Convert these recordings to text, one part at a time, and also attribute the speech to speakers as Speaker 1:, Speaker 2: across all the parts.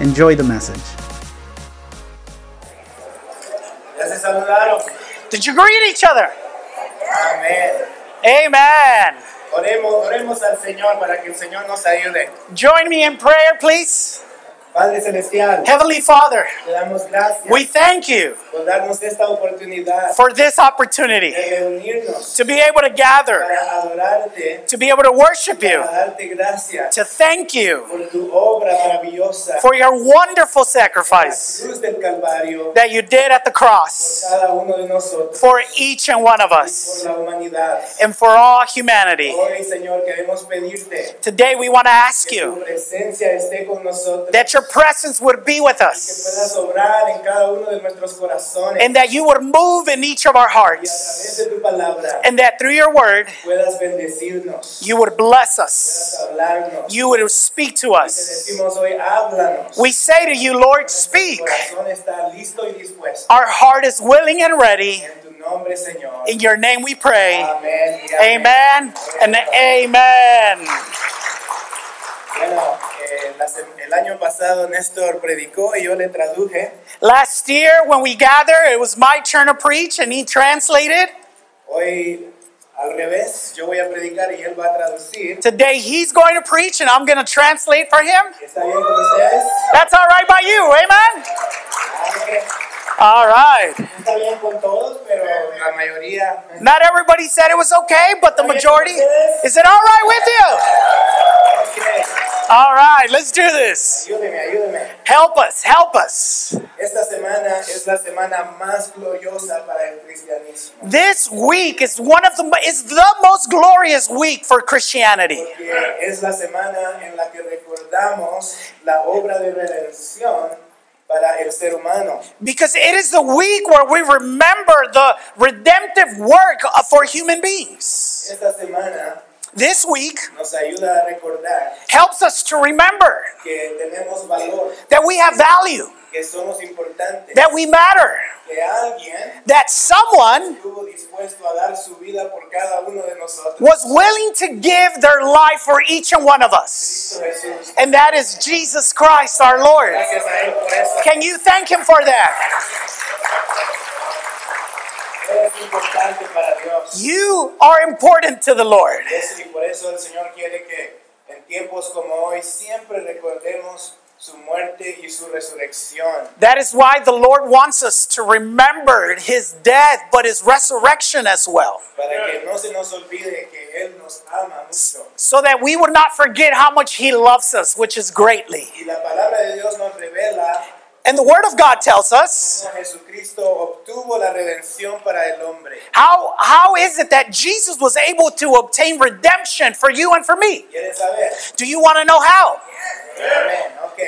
Speaker 1: Enjoy the message.
Speaker 2: Ya se saludaron.
Speaker 1: Did you greet each other?
Speaker 2: Amén.
Speaker 1: Amen.
Speaker 2: Oremos, oremos al Señor para que el Señor nos ayude.
Speaker 1: Join me in prayer, please.
Speaker 2: Padre Celestial,
Speaker 1: Heavenly Father,
Speaker 2: te damos gracias
Speaker 1: we thank you
Speaker 2: por darnos esta oportunidad
Speaker 1: for this opportunity
Speaker 2: de reunirnos
Speaker 1: to be able to gather,
Speaker 2: para adorarte,
Speaker 1: to be able to worship you,
Speaker 2: para darte gracias
Speaker 1: to thank you
Speaker 2: por tu obra maravillosa,
Speaker 1: for your wonderful
Speaker 2: la
Speaker 1: sacrifice
Speaker 2: cruz del Calvario,
Speaker 1: that you did at the cross
Speaker 2: cada uno de nosotros,
Speaker 1: for each and one of
Speaker 2: por
Speaker 1: us
Speaker 2: la humanidad.
Speaker 1: and for all humanity.
Speaker 2: Hoy, Señor, queremos pedirte
Speaker 1: Today, we want to ask
Speaker 2: que tu
Speaker 1: you
Speaker 2: presencia esté con nosotros, que
Speaker 1: that your presence would be with us
Speaker 2: puedas obrar en cada uno de nuestros corazones
Speaker 1: and that you would move in each of our
Speaker 2: y a través
Speaker 1: hearts
Speaker 2: de tu palabra.
Speaker 1: and that through your word,
Speaker 2: puedas bendecirnos,
Speaker 1: you would bless
Speaker 2: puedas
Speaker 1: us.
Speaker 2: hablarnos.
Speaker 1: You would speak to
Speaker 2: Te
Speaker 1: us.
Speaker 2: decimos hoy, háblanos.
Speaker 1: We say to you, Lord, speak.
Speaker 2: Nuestro corazón está listo y dispuesto.
Speaker 1: Our heart is willing and ready.
Speaker 2: En tu nombre, Señor.
Speaker 1: In your name we pray.
Speaker 2: Amén. y
Speaker 1: Amen and amen.
Speaker 2: Bueno, eh, la sem- el año pasado Néstor predicó y yo le traduje.
Speaker 1: Last year, when we gathered, it was my turn to preach, and he translated.
Speaker 2: Hoy, al revés, yo voy a predicar y él va a traducir.
Speaker 1: Today, he's going to preach, and I'm going to translate for him.
Speaker 2: ¿Está bien con ustedes?
Speaker 1: That's all right by you. Amen.
Speaker 2: Amén.
Speaker 1: All right.
Speaker 2: Está bien con todos, pero la mayoría.
Speaker 1: Not everybody said it was okay, but the majority. Is it all right with you?
Speaker 2: Ok.
Speaker 1: All right, let's do this.
Speaker 2: Ayúdeme, ayúdeme.
Speaker 1: Help us, help us.
Speaker 2: Esta semana es la semana más gloriosa para el cristianismo.
Speaker 1: This week is one of the is the most glorious week for Christianity.
Speaker 2: que es la semana en la que recordamos la obra de redención para el ser humano.
Speaker 1: Because it is the week where we remember the redemptive work of- for human beings.
Speaker 2: Esta semana
Speaker 1: This week
Speaker 2: nos ayuda a recordar
Speaker 1: helps us to remember
Speaker 2: que tenemos valor,
Speaker 1: that we have value,
Speaker 2: que somos importantes,
Speaker 1: that we matter,
Speaker 2: que alguien
Speaker 1: that someone
Speaker 2: estuvo dispuesto a dar su vida por cada uno de nosotros.
Speaker 1: was willing to give their life for each and one of us.
Speaker 2: Cristo Jesús.
Speaker 1: And that is Jesus Christ our Lord.
Speaker 2: Gracias a él por eso.
Speaker 1: Can you thank him for that?
Speaker 2: Eres importante para Dios.
Speaker 1: You are important to the Lord.
Speaker 2: Es- y por eso el Señor quiere que en tiempos como hoy siempre recordemos su muerte y su resurrección.
Speaker 1: That is why the Lord wants us to remember his death, but his resurrection as well.
Speaker 2: para que no se nos olvide que Él nos ama mucho.
Speaker 1: So that we would not forget how much he loves us, which is greatly.
Speaker 2: Y la palabra de Dios nos revela
Speaker 1: And the Word of God tells us
Speaker 2: cómo Jesucristo obtuvo la redención para el hombre.
Speaker 1: how, how is it that Jesus was able to obtain redemption for you and for me?
Speaker 2: ¿Quieres saber?
Speaker 1: Do you want to know how?
Speaker 2: Amén. Ok.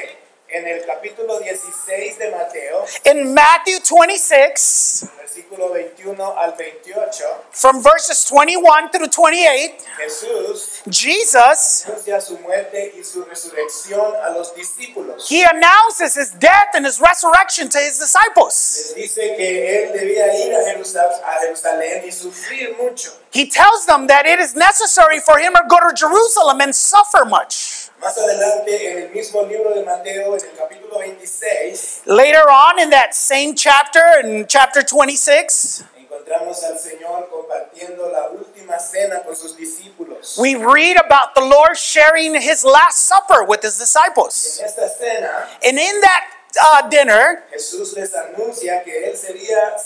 Speaker 2: En el capítulo 16 de Mateo,
Speaker 1: In Matthew 26,
Speaker 2: versículo 21 al 28,
Speaker 1: from verses 21 through 28,
Speaker 2: Jesús
Speaker 1: Jesus,
Speaker 2: anuncia su muerte y su resurrección a los discípulos.
Speaker 1: he announces his death and his resurrection to his disciples.
Speaker 2: Les dice que Él debía ir a Jerusal- a Jerusalén y sufrir mucho.
Speaker 1: He tells them that it is necessary for him to go to Jerusalem and suffer much.
Speaker 2: Más adelante, en el mismo libro de Mateo, en el capítulo 26,
Speaker 1: Later on in that same chapter, in chapter 26,
Speaker 2: Encontramos al Señor compartiendo la última cena con sus discípulos.
Speaker 1: we read about the Lord sharing his last supper with his disciples.
Speaker 2: En esta cena,
Speaker 1: And in that uh, dinner,
Speaker 2: Jesús les anuncia que Él sería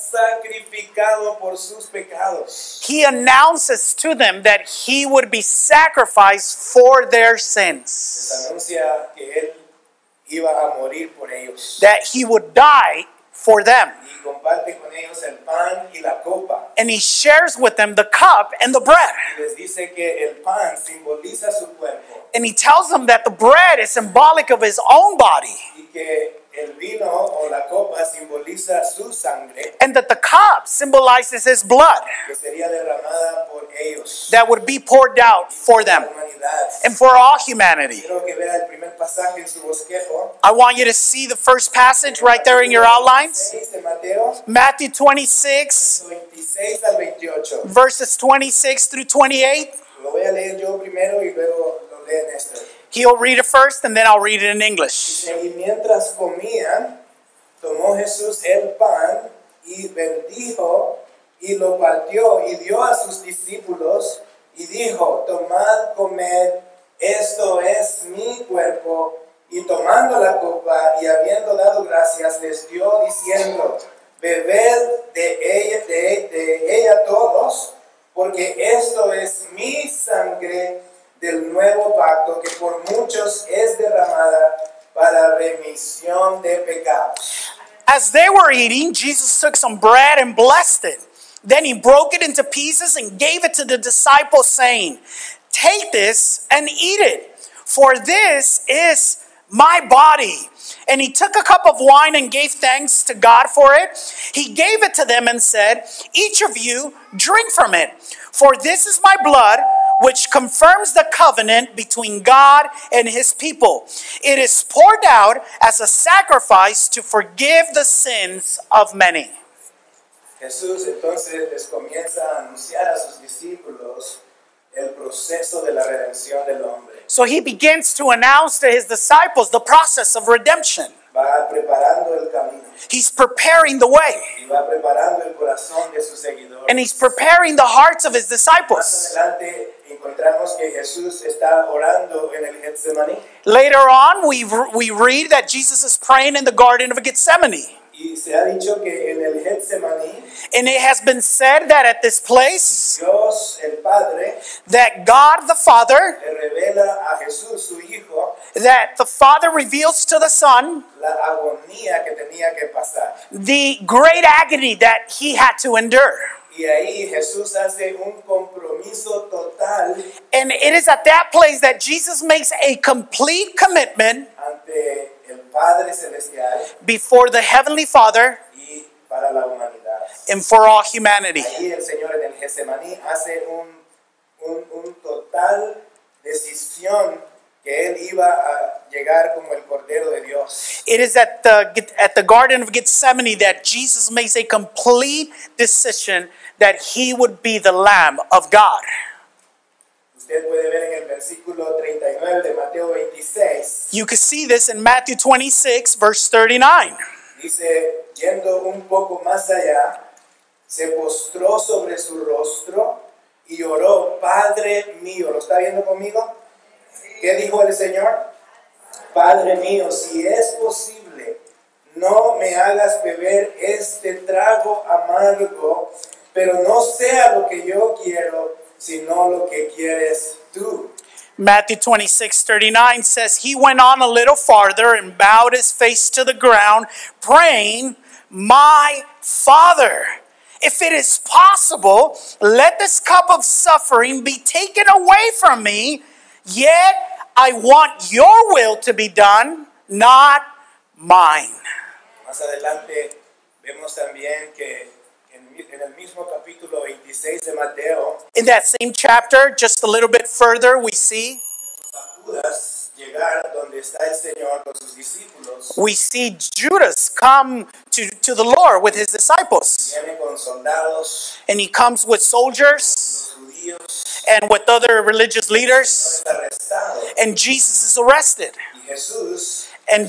Speaker 2: sacrificado por sus pecados.
Speaker 1: he announces to them that he would be sacrificed for their
Speaker 2: Les
Speaker 1: sins,
Speaker 2: anuncia que Él iba a morir por ellos.
Speaker 1: that he would die for them.
Speaker 2: Y comparte con ellos el pan y la copa.
Speaker 1: And he shares with them the cup and the bread.
Speaker 2: Y les dice que el pan simboliza su cuerpo
Speaker 1: And he tells them that the bread is symbolic of his own body.
Speaker 2: y que el vino vino o la copa simboliza su sangre
Speaker 1: and that the cup symbolizes his blood
Speaker 2: que sería derramada por ellos,
Speaker 1: that would be poured out for them
Speaker 2: la humanidad.
Speaker 1: and for all humanity.
Speaker 2: Quiero que vea el primer pasaje en su bosquejo.
Speaker 1: I want you to see the first passage right there in your outlines
Speaker 2: 6 de Mateo
Speaker 1: Matthew 26,
Speaker 2: 26 al 28.
Speaker 1: verses 26 through 28.
Speaker 2: Lo voy a leer yo primero y luego lo leen esto.
Speaker 1: He'll read it first and then I'll read it in English.
Speaker 2: Y mientras comían, tomó Jesús el pan y bendijo y lo partió y dio a sus discípulos y dijo, tomad, comed, esto es mi cuerpo. Y tomando la copa y habiendo dado gracias, les dio diciendo, bebed de ella, de- de ella todos, porque esto es mi sangre del nuevo pacto que por muchos es derramada para remisión de pecados.
Speaker 1: As they were eating, Jesus took some bread and blessed it. Then he broke it into pieces and gave it to the disciples, saying, Take this and eat it, for this is my body. And he took a cup of wine and gave thanks to God for it. He gave it to them and said, Each of you drink from it, for this is my blood, which confirms the covenant between God and his people. It is poured out as a sacrifice to forgive the sins of many.
Speaker 2: Jesús entonces les comienza a anunciar a sus discípulos el proceso de la redención del hombre.
Speaker 1: So he begins to announce to his disciples the process of redemption.
Speaker 2: Va preparando el camino
Speaker 1: He's preparing the way,
Speaker 2: y va preparando el corazón de sus seguidores.
Speaker 1: and he's preparing the hearts of his
Speaker 2: Más
Speaker 1: disciples.
Speaker 2: adelante encontramos que Jesús está orando en el Getsemaní
Speaker 1: Later on, we, we read that Jesus is praying in the Garden of Gethsemane.
Speaker 2: y se ha dicho que en el Getsemaní
Speaker 1: And it has been said that at this place,
Speaker 2: Dios el Padre
Speaker 1: that God the Father,
Speaker 2: le revela a Jesús su hijo
Speaker 1: that the Father reveals to the Son
Speaker 2: la agonía que tenía que pasar.
Speaker 1: the great agony that he had to endure.
Speaker 2: Y ahí Jesús hace un compromiso total
Speaker 1: And it is at that place that Jesus makes a complete commitment
Speaker 2: ante el Padre Celestial
Speaker 1: before the Heavenly Father
Speaker 2: y para la humanidad.
Speaker 1: and for all humanity.
Speaker 2: Ahí el Señor en el Getsemaní hace un, un, un total decisión que Él iba a llegar como el Cordero de Dios.
Speaker 1: It is at the, at the Garden of Gethsemane that Jesus makes a complete decision that he would be the Lamb of God.
Speaker 2: Usted puede ver en el versículo 39 de Mateo 26,
Speaker 1: You can see this in Matthew 26, verse 39.
Speaker 2: dice, yendo un poco más allá, se postró sobre su rostro y oró, Padre mío, ¿lo está viendo conmigo? ¿Qué dijo el Señor? Padre mío, si es posible, no me hagas beber este trago amargo, pero no sea lo que yo quiero, sino lo que quieres tú.
Speaker 1: Matthew 26, 39 says, He went on a little farther and bowed his face to the ground, praying, My Father, if it is possible, let this cup of suffering be taken away from me, yet I want your will to be done, not mine.
Speaker 2: Más adelante vemos también que en, mi- en el mismo capítulo 26 de Mateo,
Speaker 1: In that same chapter, just a little bit further, we see
Speaker 2: a Judas llegar donde está el Señor con sus discípulos,
Speaker 1: we see Judas come to, to the Lord with his disciples.
Speaker 2: viene con soldados,
Speaker 1: and he comes with soldiers
Speaker 2: los judíos,
Speaker 1: and with other religious leaders
Speaker 2: es arrestado
Speaker 1: and jesus is arrested
Speaker 2: y Jesús,
Speaker 1: and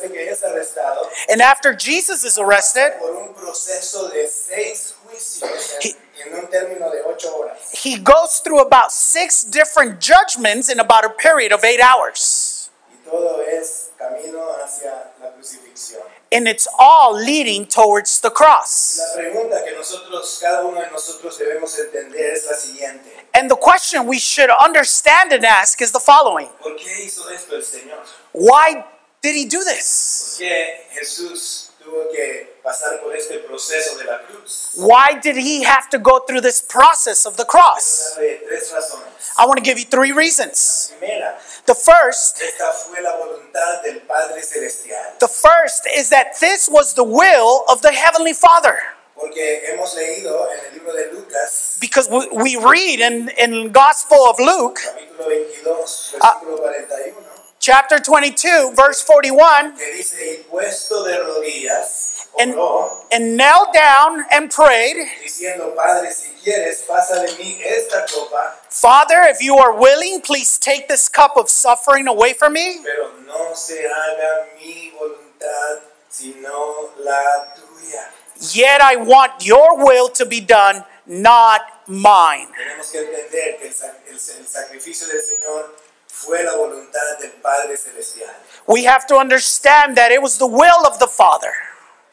Speaker 2: después de que es arrestado,
Speaker 1: and after jesus is arrested
Speaker 2: por un proceso de seis juicios en,
Speaker 1: He-
Speaker 2: en un término de ocho horas.
Speaker 1: he goes through about six different judgments in about a period of eight hours
Speaker 2: Y todo es camino hacia la crucifixión.
Speaker 1: and it's all leading towards the
Speaker 2: La
Speaker 1: cross
Speaker 2: pregunta que nosotros, cada uno de nosotros debemos entender es la siguiente.
Speaker 1: and the question we should understand and ask is the following
Speaker 2: ¿Por qué hizo esto el Señor?
Speaker 1: why did he do this
Speaker 2: ¿Por qué Jesús tuvo que pasar por este proceso de la cruz.
Speaker 1: Why did he have to go through this process of the cross?
Speaker 2: Sabe tres razones.
Speaker 1: I want to give you three reasons.
Speaker 2: Primera,
Speaker 1: The first,
Speaker 2: esta fue la voluntad del Padre Celestial.
Speaker 1: the first is that this was the will of the heavenly Father.
Speaker 2: Porque hemos leído en el libro de Lucas,
Speaker 1: Because we, we read in in Gospel of Luke,
Speaker 2: capítulo 22, versículo 41,
Speaker 1: chapter 22, verse 41,
Speaker 2: que dice, y puesto de rodillas,
Speaker 1: and
Speaker 2: oró,
Speaker 1: and knelt down and prayed,
Speaker 2: diciendo, Padre, si quieres, pasa de mí esta copa,
Speaker 1: Father, if you are willing, please take this cup of suffering away from me.
Speaker 2: pero no se haga mi voluntad, sino la tuya.
Speaker 1: Yet I want your will to be done, not mine.
Speaker 2: Tenemos que entender que el, sa- el sa- el sacrificio del Señor fue la voluntad del Padre Celestial.
Speaker 1: We have to understand that it was the will of the Father.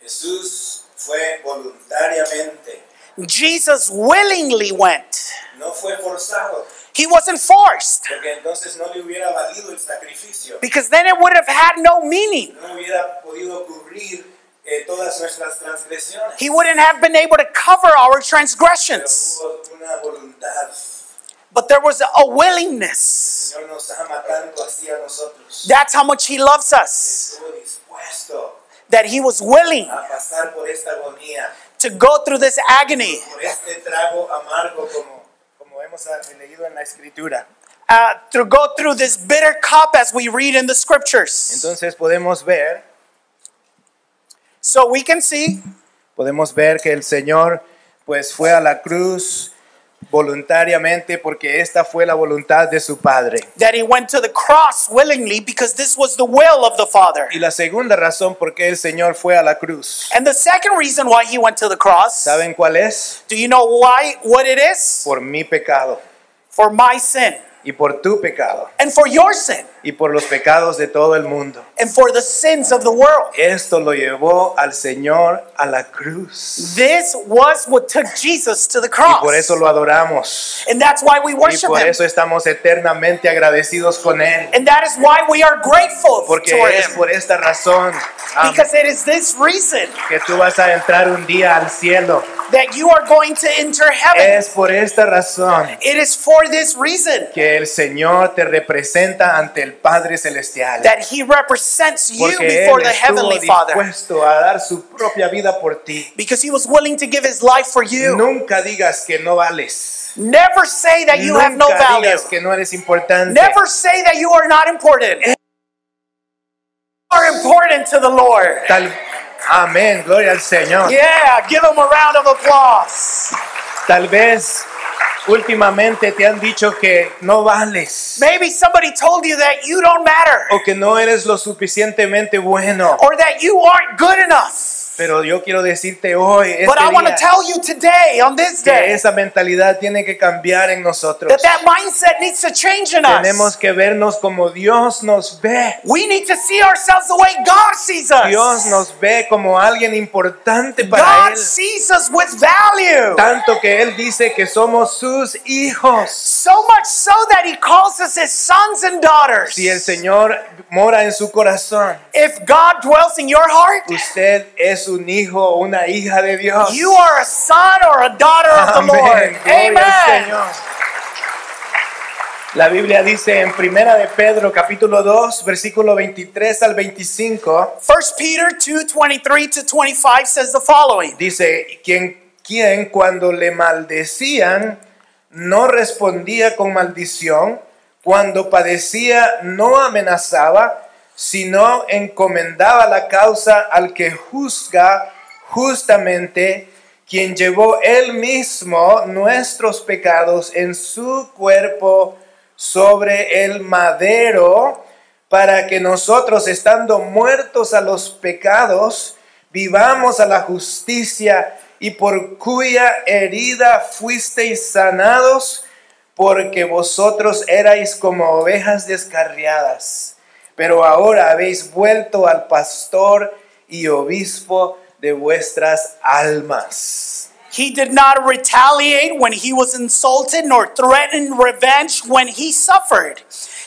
Speaker 2: Jesús fue voluntariamente,
Speaker 1: Jesus willingly went.
Speaker 2: no fue forzado,
Speaker 1: He wasn't forced
Speaker 2: porque entonces no le hubiera valido el sacrificio,
Speaker 1: because then it would have had no meaning.
Speaker 2: no hubiera podido cubrir eh, todas nuestras transgresiones.
Speaker 1: He wouldn't have been able to cover our
Speaker 2: Pero
Speaker 1: transgressions.
Speaker 2: hubo una voluntad.
Speaker 1: But there was a willingness.
Speaker 2: El Señor nos ama tanto así a nosotros.
Speaker 1: That's how much He loves us,
Speaker 2: Estuvo dispuesto
Speaker 1: that He was willing
Speaker 2: a pasar por esta agonía,
Speaker 1: to go through this agony.
Speaker 2: por este trago amargo como, como hemos ah, leído en la escritura.
Speaker 1: uh, to go through this bitter cup as we read in the scriptures.
Speaker 2: Entonces podemos ver,
Speaker 1: So we can see
Speaker 2: podemos ver que el Señor pues fue a la cruz voluntariamente porque esta fue la voluntad de su Padre.
Speaker 1: that he went to the cross willingly because this was the will of the Father.
Speaker 2: Y la segunda razón por qué el Señor fue a la cruz,
Speaker 1: And the second reason why he went to the cross,
Speaker 2: ¿saben cuál es?
Speaker 1: do you know why what it is?
Speaker 2: Por mi pecado
Speaker 1: For my sin
Speaker 2: y por tu pecado
Speaker 1: and for your sin
Speaker 2: y por los pecados de todo el mundo.
Speaker 1: and for the sins of the world.
Speaker 2: Esto lo llevó al Señor a la cruz.
Speaker 1: This was what took Jesus to the
Speaker 2: Y
Speaker 1: cross.
Speaker 2: por eso lo adoramos.
Speaker 1: and that's why we
Speaker 2: Y
Speaker 1: worship
Speaker 2: por
Speaker 1: him.
Speaker 2: eso estamos eternamente agradecidos con Él.
Speaker 1: And that is why we are grateful
Speaker 2: Porque
Speaker 1: toward
Speaker 2: es
Speaker 1: him.
Speaker 2: por esta razón am,
Speaker 1: because it is this reason
Speaker 2: que tú vas a entrar un día al cielo.
Speaker 1: that you are going to enter heaven.
Speaker 2: Es por esta razón
Speaker 1: It is for this reason
Speaker 2: que el Señor te representa ante el Padre Celestial.
Speaker 1: that he represents you
Speaker 2: Porque
Speaker 1: before
Speaker 2: Él
Speaker 1: the
Speaker 2: estuvo
Speaker 1: heavenly Father
Speaker 2: dispuesto a dar su propia vida por ti.
Speaker 1: because he was willing to give his life for you.
Speaker 2: Nunca digas que no vales.
Speaker 1: Never say that you have no
Speaker 2: Nunca
Speaker 1: value.
Speaker 2: digas que no eres importante.
Speaker 1: Never say that you are not important. You are important to the Lord.
Speaker 2: Tal- Amén, gloria al Señor.
Speaker 1: Yeah, give him a round of applause.
Speaker 2: Tal vez últimamente te han dicho que no vales
Speaker 1: Maybe somebody told you that you don't matter
Speaker 2: o que no eres lo suficientemente bueno.
Speaker 1: or that you aren't good enough.
Speaker 2: Pero yo quiero decirte hoy, este
Speaker 1: But I want to
Speaker 2: día,
Speaker 1: tell you today, on this
Speaker 2: que
Speaker 1: day,
Speaker 2: esa mentalidad tiene que cambiar en nosotros.
Speaker 1: that that mindset needs to change in us.
Speaker 2: Tenemos que vernos como Dios nos ve.
Speaker 1: We need to see ourselves the way God sees us.
Speaker 2: Dios nos ve como alguien importante para
Speaker 1: God
Speaker 2: Él.
Speaker 1: sees us with value.
Speaker 2: Tanto que Él dice que somos sus hijos.
Speaker 1: So much so that he calls us his sons and daughters.
Speaker 2: Si el Señor mora en su corazón,
Speaker 1: If God dwells in your heart,
Speaker 2: usted es un hijo o una hija de Dios.
Speaker 1: you are a son or a daughter of the Lord.
Speaker 2: gloria al
Speaker 1: Amen.
Speaker 2: Señor. La Biblia dice en Primera de Pedro capítulo 2, versículo 23 al 25,
Speaker 1: 1 Peter 2 23 to 25 says the following
Speaker 2: dice, quien, quien cuando le maldecían no respondía con maldición, cuando padecía no amenazaba, sino encomendaba la causa al que juzga justamente, quien llevó él mismo nuestros pecados en su cuerpo sobre el madero, para que nosotros, estando muertos a los pecados, vivamos a la justicia y por cuya herida fuisteis sanados, porque vosotros erais como ovejas descarriadas, pero ahora habéis vuelto al pastor y obispo de vuestras almas.
Speaker 1: He did not retaliate when he was insulted, nor threaten revenge when he suffered.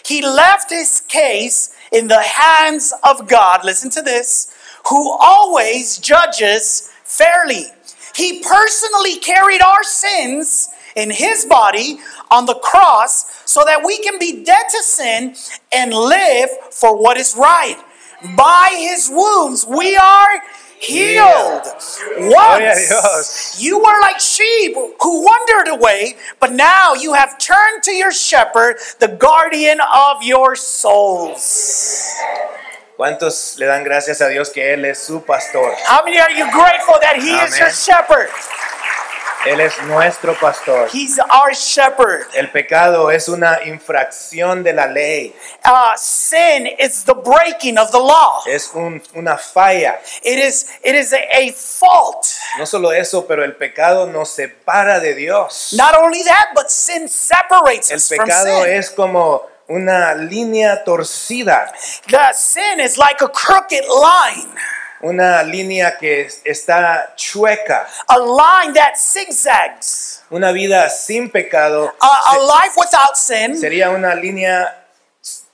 Speaker 1: He left his case in the hands of God, listen to this, who always judges fairly. He personally carried our sins in his body on the cross so that we can be dead to sin and live for what is right. By his wounds, we are healed.
Speaker 2: Gloria a
Speaker 1: Once
Speaker 2: Dios.
Speaker 1: you were like sheep who wandered away, but now you have turned to your shepherd, the guardian of your souls.
Speaker 2: ¿Cuántos le dan gracias a Dios que Él es su pastor?
Speaker 1: How many are you grateful that he is your
Speaker 2: Amen.
Speaker 1: shepherd?
Speaker 2: Él es nuestro pastor.
Speaker 1: He's our shepherd.
Speaker 2: El pecado es una infracción de la ley,
Speaker 1: Uh, sin is the breaking of the law.
Speaker 2: es un- una falla.
Speaker 1: It is it is a, a fault.
Speaker 2: No solo eso, pero el pecado nos separa de Dios.
Speaker 1: Not only that, but sin separates
Speaker 2: El
Speaker 1: us from
Speaker 2: pecado
Speaker 1: sin.
Speaker 2: es como una línea torcida,
Speaker 1: The sin is like a crooked line,
Speaker 2: una línea que es- está chueca.
Speaker 1: a line that zigzags.
Speaker 2: Una vida sin pecado
Speaker 1: A, a life without sin
Speaker 2: sería una línea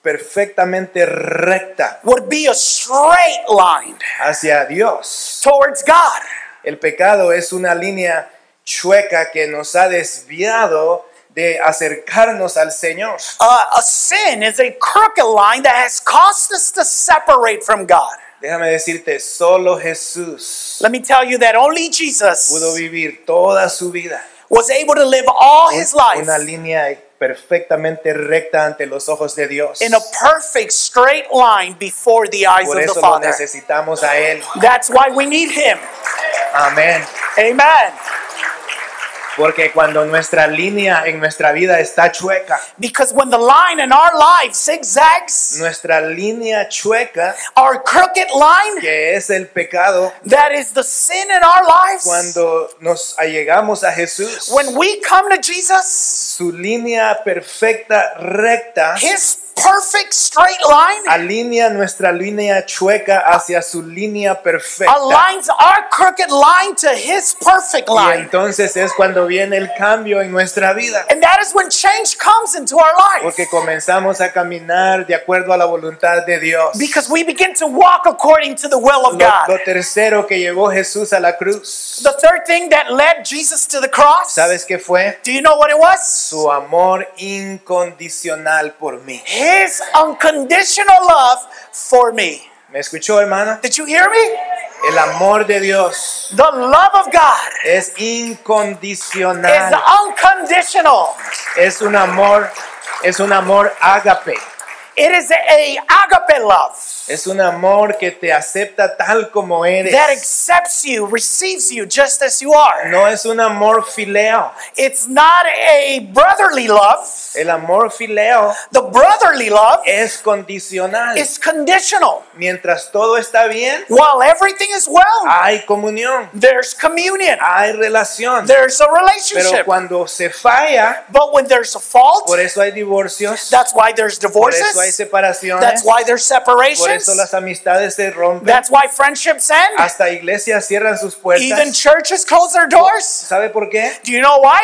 Speaker 2: perfectamente recta
Speaker 1: would be a straight line
Speaker 2: hacia Dios.
Speaker 1: towards God.
Speaker 2: El pecado es una línea chueca que nos ha desviado de acercarnos al Señor.
Speaker 1: Uh, a sin is a crooked line that has caused us to separate from God.
Speaker 2: Déjame decirte, solo Jesús
Speaker 1: Let me tell you that only Jesus
Speaker 2: pudo vivir toda su vida
Speaker 1: was able to live all his life
Speaker 2: una línea perfectamente recta ante los ojos de Dios.
Speaker 1: in a perfect straight line before the eyes
Speaker 2: Por
Speaker 1: of the
Speaker 2: eso lo
Speaker 1: Father.
Speaker 2: necesitamos a Él.
Speaker 1: That's why we need him.
Speaker 2: Amén.
Speaker 1: Amen.
Speaker 2: Porque cuando nuestra línea en nuestra vida está chueca,
Speaker 1: Because when the line in our life zigzags,
Speaker 2: nuestra línea chueca,
Speaker 1: our crooked line,
Speaker 2: que es el pecado,
Speaker 1: that is the sin in our lives,
Speaker 2: cuando nos allegamos a Jesús,
Speaker 1: when we come to Jesus,
Speaker 2: su línea perfecta, recta,
Speaker 1: his perfect straight line
Speaker 2: alinea nuestra línea chueca hacia su línea perfecta.
Speaker 1: aligns our crooked line to his perfect
Speaker 2: Y
Speaker 1: line.
Speaker 2: entonces es cuando viene el cambio en nuestra vida.
Speaker 1: And that is when change comes into our life.
Speaker 2: Porque comenzamos a caminar de acuerdo a la voluntad de Dios.
Speaker 1: Because we begin to walk according to the will of
Speaker 2: Lo,
Speaker 1: God.
Speaker 2: lo tercero que llevó Jesús a la cruz,
Speaker 1: The third thing that led Jesus to the cross,
Speaker 2: ¿sabes qué fue?
Speaker 1: do you know what it was?
Speaker 2: Su amor incondicional por mí.
Speaker 1: His unconditional love for me.
Speaker 2: ¿Me escuchó, hermana?
Speaker 1: Did you hear me?
Speaker 2: El amor de Dios
Speaker 1: The love of God
Speaker 2: es
Speaker 1: is
Speaker 2: incondicional.
Speaker 1: unconditional.
Speaker 2: Es un amor, es un amor ágape.
Speaker 1: It is a agape love
Speaker 2: Es un amor que te acepta tal como
Speaker 1: that
Speaker 2: eres.
Speaker 1: accepts you, receives you just as you are.
Speaker 2: No es un amor fileo.
Speaker 1: It's not a brotherly love.
Speaker 2: El amor fileo
Speaker 1: The brotherly love
Speaker 2: es condicional.
Speaker 1: is conditional.
Speaker 2: Mientras todo está bien,
Speaker 1: While everything is well,
Speaker 2: hay comunión,
Speaker 1: there's communion,
Speaker 2: hay relación.
Speaker 1: there's a
Speaker 2: Ah. Pero
Speaker 1: relationship.
Speaker 2: cuando se falla,
Speaker 1: But when there's a fault,
Speaker 2: por eso hay divorcios,
Speaker 1: that's why there's
Speaker 2: por eso hay
Speaker 1: divorces, that's
Speaker 2: separaciones,
Speaker 1: why there's
Speaker 2: por eso
Speaker 1: separations,
Speaker 2: las amistades se rompen,
Speaker 1: that's why friendships end,
Speaker 2: hasta iglesias cierran sus
Speaker 1: even
Speaker 2: puertas.
Speaker 1: churches close their doors.
Speaker 2: ¿Sabe por qué?
Speaker 1: Do you know why?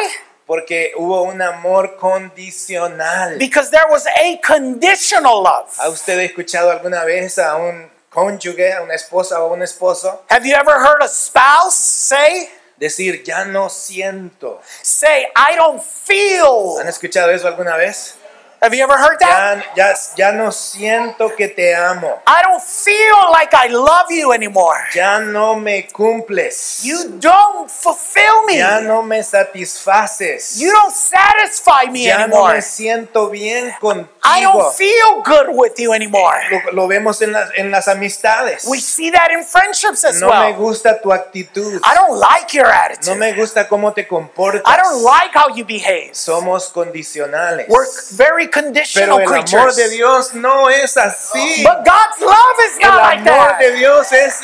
Speaker 2: Porque hubo un amor condicional.
Speaker 1: Because there was a conditional love.
Speaker 2: ¿Ha usted escuchado alguna vez a un cónyuge, a una esposa o un esposo
Speaker 1: Have you ever heard a spouse say,
Speaker 2: decir, ya no siento?
Speaker 1: say, I don't feel?
Speaker 2: ¿Han escuchado eso alguna vez?
Speaker 1: Have you ever heard that?
Speaker 2: Ya, ya, ya no siento que te amo.
Speaker 1: I don't feel like I love you anymore.
Speaker 2: Ya no me cumples.
Speaker 1: You don't fulfill me.
Speaker 2: Ya no me satisfaces.
Speaker 1: You don't satisfy me
Speaker 2: Ya no
Speaker 1: anymore.
Speaker 2: me siento bien
Speaker 1: I
Speaker 2: contigo.
Speaker 1: don't feel good with you anymore.
Speaker 2: Lo, lo vemos en las, en las amistades.
Speaker 1: We see that in friendships as
Speaker 2: No me
Speaker 1: well.
Speaker 2: gusta tu actitud.
Speaker 1: I don't like your
Speaker 2: No
Speaker 1: attitude.
Speaker 2: me gusta cómo te comportas.
Speaker 1: I don't like how you behave.
Speaker 2: Somos condicionales.
Speaker 1: We're very
Speaker 2: Pero
Speaker 1: conditional
Speaker 2: el amor
Speaker 1: creatures.
Speaker 2: de Dios no es así.
Speaker 1: But God's love is
Speaker 2: El
Speaker 1: not like
Speaker 2: amor
Speaker 1: that.
Speaker 2: de Dios es